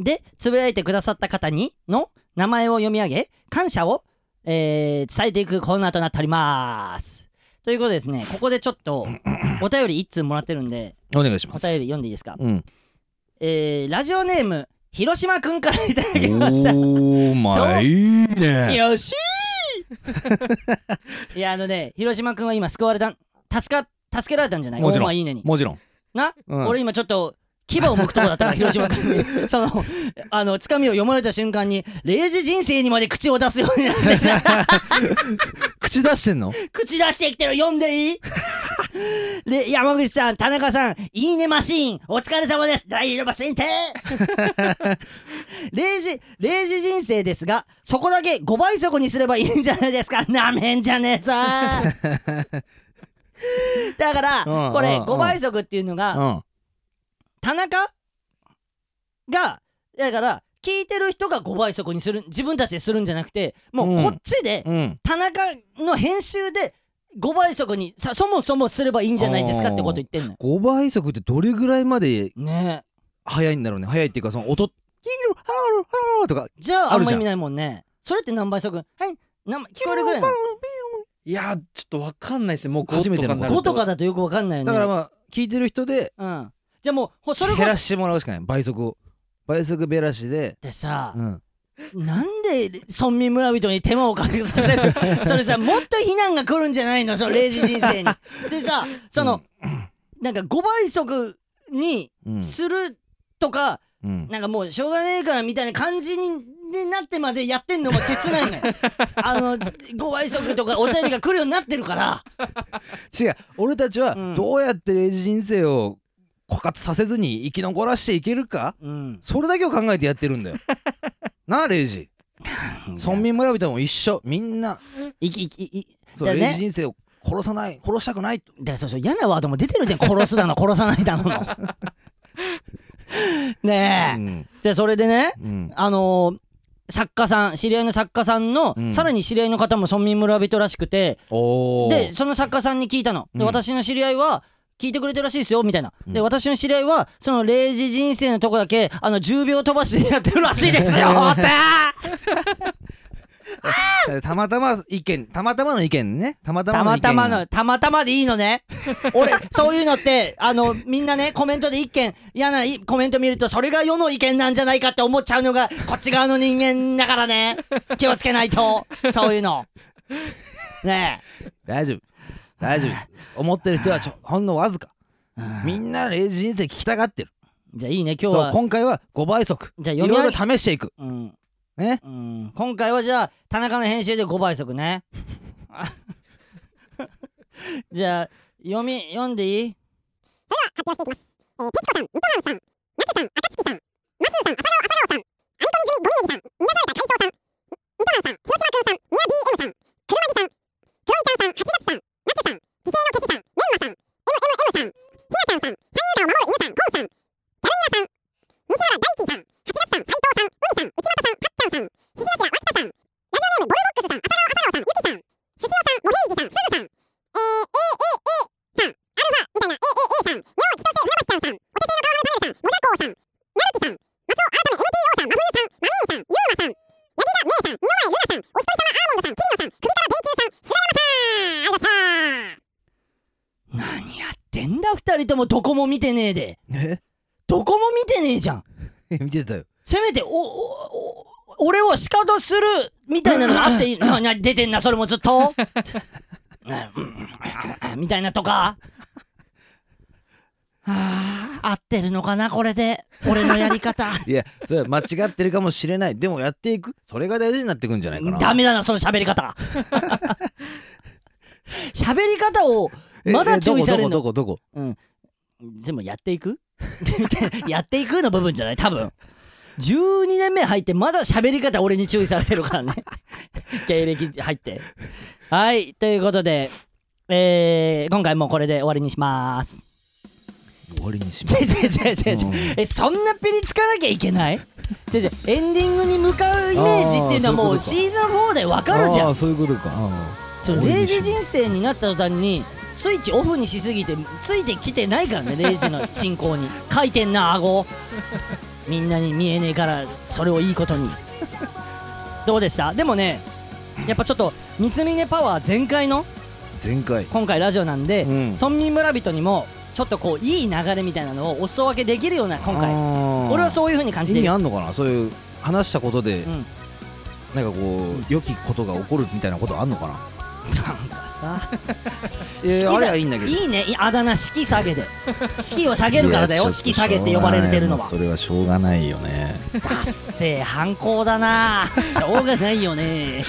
[SPEAKER 1] でつぶやいてくださった方にの名前を読み上げ感謝を、えー伝えていくコーナーとなっておりますということでですねここでちょっとお便り1通もらってるんで
[SPEAKER 2] お願いし
[SPEAKER 1] お
[SPEAKER 2] ます
[SPEAKER 1] 便り読んでいいですか、
[SPEAKER 2] うん
[SPEAKER 1] えーラジオネーム広島くんからいただき
[SPEAKER 2] お
[SPEAKER 1] ました
[SPEAKER 2] ーまあいいね
[SPEAKER 1] よしー いやあのね広島君は今救われた助か助けられたんじゃない
[SPEAKER 2] もちろん
[SPEAKER 1] お前いいねに
[SPEAKER 2] もちろん
[SPEAKER 1] な、
[SPEAKER 2] うん
[SPEAKER 1] 俺今ちょっと牙を剥くとこだったか ら広島君にその あのつかみを読まれた瞬間に「0時人生にまで口を出すようになって
[SPEAKER 2] 口出してんの
[SPEAKER 1] 口出してきてる読んでい いれ山口さん田中さんいいねマシーンお疲れ様です大いねマシーンて 0時0時人生ですがそこだけ5倍速にすればいいんじゃないですかなめんじゃねえぞ だから
[SPEAKER 2] うん
[SPEAKER 1] これ
[SPEAKER 2] うん
[SPEAKER 1] 5倍速っていうのが
[SPEAKER 2] うん
[SPEAKER 1] 田中がだから聞いてる人が5倍速にする自分たちでするんじゃなくてもうこっちで
[SPEAKER 2] うん
[SPEAKER 1] 田中の編集で5倍速にさそもそもすればいいんじゃないですかってこと言ってんのよ。
[SPEAKER 2] 5倍速ってどれぐらいまで
[SPEAKER 1] ねえ
[SPEAKER 2] 早いんだろうね早いっていうかその音「キーロハローハロー」とか
[SPEAKER 1] じゃああ
[SPEAKER 2] あ
[SPEAKER 1] ん
[SPEAKER 2] る
[SPEAKER 1] ま
[SPEAKER 2] じ
[SPEAKER 1] 意
[SPEAKER 2] ゃん
[SPEAKER 1] 味ないもんね。それって何倍速はい何聞こえるぐらいなの
[SPEAKER 4] いやーちょっとわかんないですねもう5
[SPEAKER 2] 初めての
[SPEAKER 4] とかになる
[SPEAKER 1] 5とかだとよくわかんないよね
[SPEAKER 2] だからまあ聞いてる人で
[SPEAKER 1] うんじゃあもうほそれこ
[SPEAKER 2] 減
[SPEAKER 1] そっ
[SPEAKER 2] らしてもらうしかない倍速を倍速減らしで
[SPEAKER 1] てさ
[SPEAKER 2] う、ん
[SPEAKER 1] なんで村民村人に手間をかけさせる それさもっと非難が来るんじゃないのその0時人生にでさその、なんか5倍速に
[SPEAKER 2] うん
[SPEAKER 1] するとか、
[SPEAKER 2] うん
[SPEAKER 1] なんかもうしょうがねえからみたいな感じにになってまでやってんのが切ないの よあの5倍速とかお便りが来るようになってるから
[SPEAKER 2] 違う俺たちは
[SPEAKER 1] うん
[SPEAKER 2] どうやってレジ人生を枯渇させずに生き残らしていけるか
[SPEAKER 1] うん
[SPEAKER 2] それだけを考えてやってるん だよなあレイジ村民村人も一緒みんない
[SPEAKER 1] きいきい
[SPEAKER 2] そう
[SPEAKER 1] だよね
[SPEAKER 2] レイジ人生を殺さない殺したくないと
[SPEAKER 1] だそうそう嫌なワードも出てるじゃん殺すだ の殺さないだののねえ、
[SPEAKER 2] うん
[SPEAKER 1] でそれでね
[SPEAKER 2] うん
[SPEAKER 1] あのー作家さん知り合いの作家さんの、
[SPEAKER 2] うん
[SPEAKER 1] さらに知り合いの方も村民村人らしくて
[SPEAKER 2] おー
[SPEAKER 1] でその作家さんに聞いたの、で
[SPEAKER 2] うん
[SPEAKER 1] 私の知り合いは聞いてくれてるらしいですよみたいな、で
[SPEAKER 2] うん
[SPEAKER 1] 私の知り合いはその0時人生のとこだけあの10秒飛ばしでやってるらしい ですよって
[SPEAKER 2] たまたま意見たまたまの意見ねたまた
[SPEAKER 1] た
[SPEAKER 2] まの
[SPEAKER 1] ま
[SPEAKER 2] 意見
[SPEAKER 1] たまのたまたまでいいの ね俺そういうのってあのみんなねコメントで一件嫌ないコメント見るとそれが世の意見なんじゃないかって思っちゃうのがこっち側の人間だから ね気をつけないとそういうのね
[SPEAKER 2] 大丈夫大丈夫思ってる人はちょほんのわずか
[SPEAKER 1] え、
[SPEAKER 2] みんなレイジ人生聞きたがってる
[SPEAKER 1] じゃあいいね今日
[SPEAKER 2] そ
[SPEAKER 1] は
[SPEAKER 2] う今回は5倍速
[SPEAKER 1] じゃあ
[SPEAKER 2] い
[SPEAKER 1] 読
[SPEAKER 2] ろい
[SPEAKER 1] み上
[SPEAKER 2] ろ
[SPEAKER 1] げ
[SPEAKER 2] 試していく
[SPEAKER 1] うん
[SPEAKER 2] ね
[SPEAKER 1] うん今回はじゃあ田中の編集で5倍速 ねじゃあ読み読んでいい何やってんだ2人ともどこも見てねえで
[SPEAKER 2] え
[SPEAKER 1] どこも見てねえじゃん
[SPEAKER 2] 見てたよ
[SPEAKER 1] せめておおお俺をシカトするみたいなのあって いいなな出てんなそれもずっと みたいなとかあー合ってるのかなこれで俺のやり方
[SPEAKER 2] いやそれは間違ってるかもしれないでもやっていくそれが大事になってくんじゃないかな
[SPEAKER 1] ダメだなその喋り 方喋り方を
[SPEAKER 2] え
[SPEAKER 1] まだ
[SPEAKER 2] えど
[SPEAKER 1] 注
[SPEAKER 2] こ
[SPEAKER 1] 意される
[SPEAKER 2] ど
[SPEAKER 1] の
[SPEAKER 2] こどこどこ
[SPEAKER 1] うん全部やっていく やっていくの部分じゃない多分12年目入ってまだ喋り方俺に注意されてるからね 経歴入ってはいということでえー今回もうこれで終わりにします
[SPEAKER 2] 終わりにしま
[SPEAKER 1] ち
[SPEAKER 2] す
[SPEAKER 1] ぇちぇちぇちぇち
[SPEAKER 2] うん
[SPEAKER 1] ぇえそんなピリつかなきゃいけないちぇちぇエンディングに向かうイメージっていうのはも
[SPEAKER 2] あ
[SPEAKER 1] う
[SPEAKER 2] ーそ
[SPEAKER 1] シーズン4でわかるじゃん
[SPEAKER 2] あーそういうことかあ
[SPEAKER 1] その0時人生になった途端にスイッチオフにしすぎてついてきてないからね0時の進行 に書いてんな顎みんなに見えねえからそれをいいことにどうでしたでもねやっぱちょっと三峰パワー全開の
[SPEAKER 2] ー前回
[SPEAKER 1] 今回ラジオなんで、
[SPEAKER 2] うん
[SPEAKER 1] 村民村人にもちょっとこういい流れみたいなのをお裾分けできるような今回俺
[SPEAKER 2] 俺
[SPEAKER 1] はそういう風に感じ
[SPEAKER 2] 意
[SPEAKER 1] てい
[SPEAKER 2] 味
[SPEAKER 1] る
[SPEAKER 2] あんのかなそういう話したことで
[SPEAKER 1] うん、
[SPEAKER 2] なんかこう良きことが起こるみたいなことあんのかな
[SPEAKER 1] なんかさ
[SPEAKER 2] いやいや
[SPEAKER 1] 色彩
[SPEAKER 2] あれはいいんだけど
[SPEAKER 1] いいねいあだ名式下げで式を下げるからだ
[SPEAKER 2] い
[SPEAKER 1] よ
[SPEAKER 2] やちょっと
[SPEAKER 1] 式下げって呼ばれてるのは
[SPEAKER 2] しょうがないもうそれはしょうがないよね
[SPEAKER 1] 達成犯行だ なしょうがないよね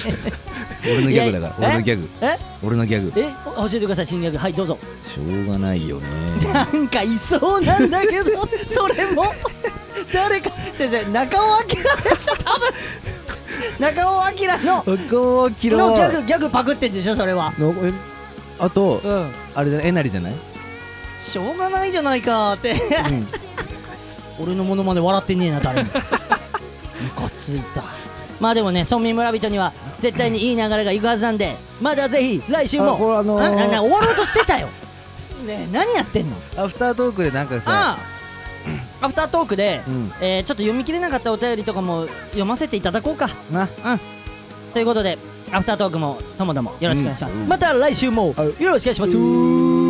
[SPEAKER 2] 俺のギャグだか
[SPEAKER 1] いや
[SPEAKER 2] ら俺のギャグ
[SPEAKER 1] え
[SPEAKER 2] 俺のギャグ
[SPEAKER 1] えお教えてください新ギャグはいどうぞ
[SPEAKER 2] しょうがないよね
[SPEAKER 1] なんかいそうなんだけ どそれも誰かじゃじゃ中尾明でしょ多分中尾明の
[SPEAKER 2] こうキロ
[SPEAKER 1] のギャグギャグパクってんでしょそれは
[SPEAKER 2] のえあと
[SPEAKER 1] うん
[SPEAKER 2] あれじゃないえなりじゃない
[SPEAKER 1] しょうがないじゃないかって、俺のモノマネ笑ってねえな 誰もムカついたまあでもね村民村人には絶対にいい流れがいくはずなんでまだぜひ来週
[SPEAKER 2] あこれ
[SPEAKER 1] も
[SPEAKER 2] あの
[SPEAKER 1] あなな
[SPEAKER 2] ー
[SPEAKER 1] 終わろうとしてたよねえ何やってんの
[SPEAKER 2] アフタートークでなんかさ
[SPEAKER 1] ああアフタートークで、
[SPEAKER 2] うん
[SPEAKER 1] えーちょっと読み切れなかったお便りとかも読ませていただこうか
[SPEAKER 2] な
[SPEAKER 1] ということでアフタートークもともどもよろしくお願いします、また来週もよろしくお願いします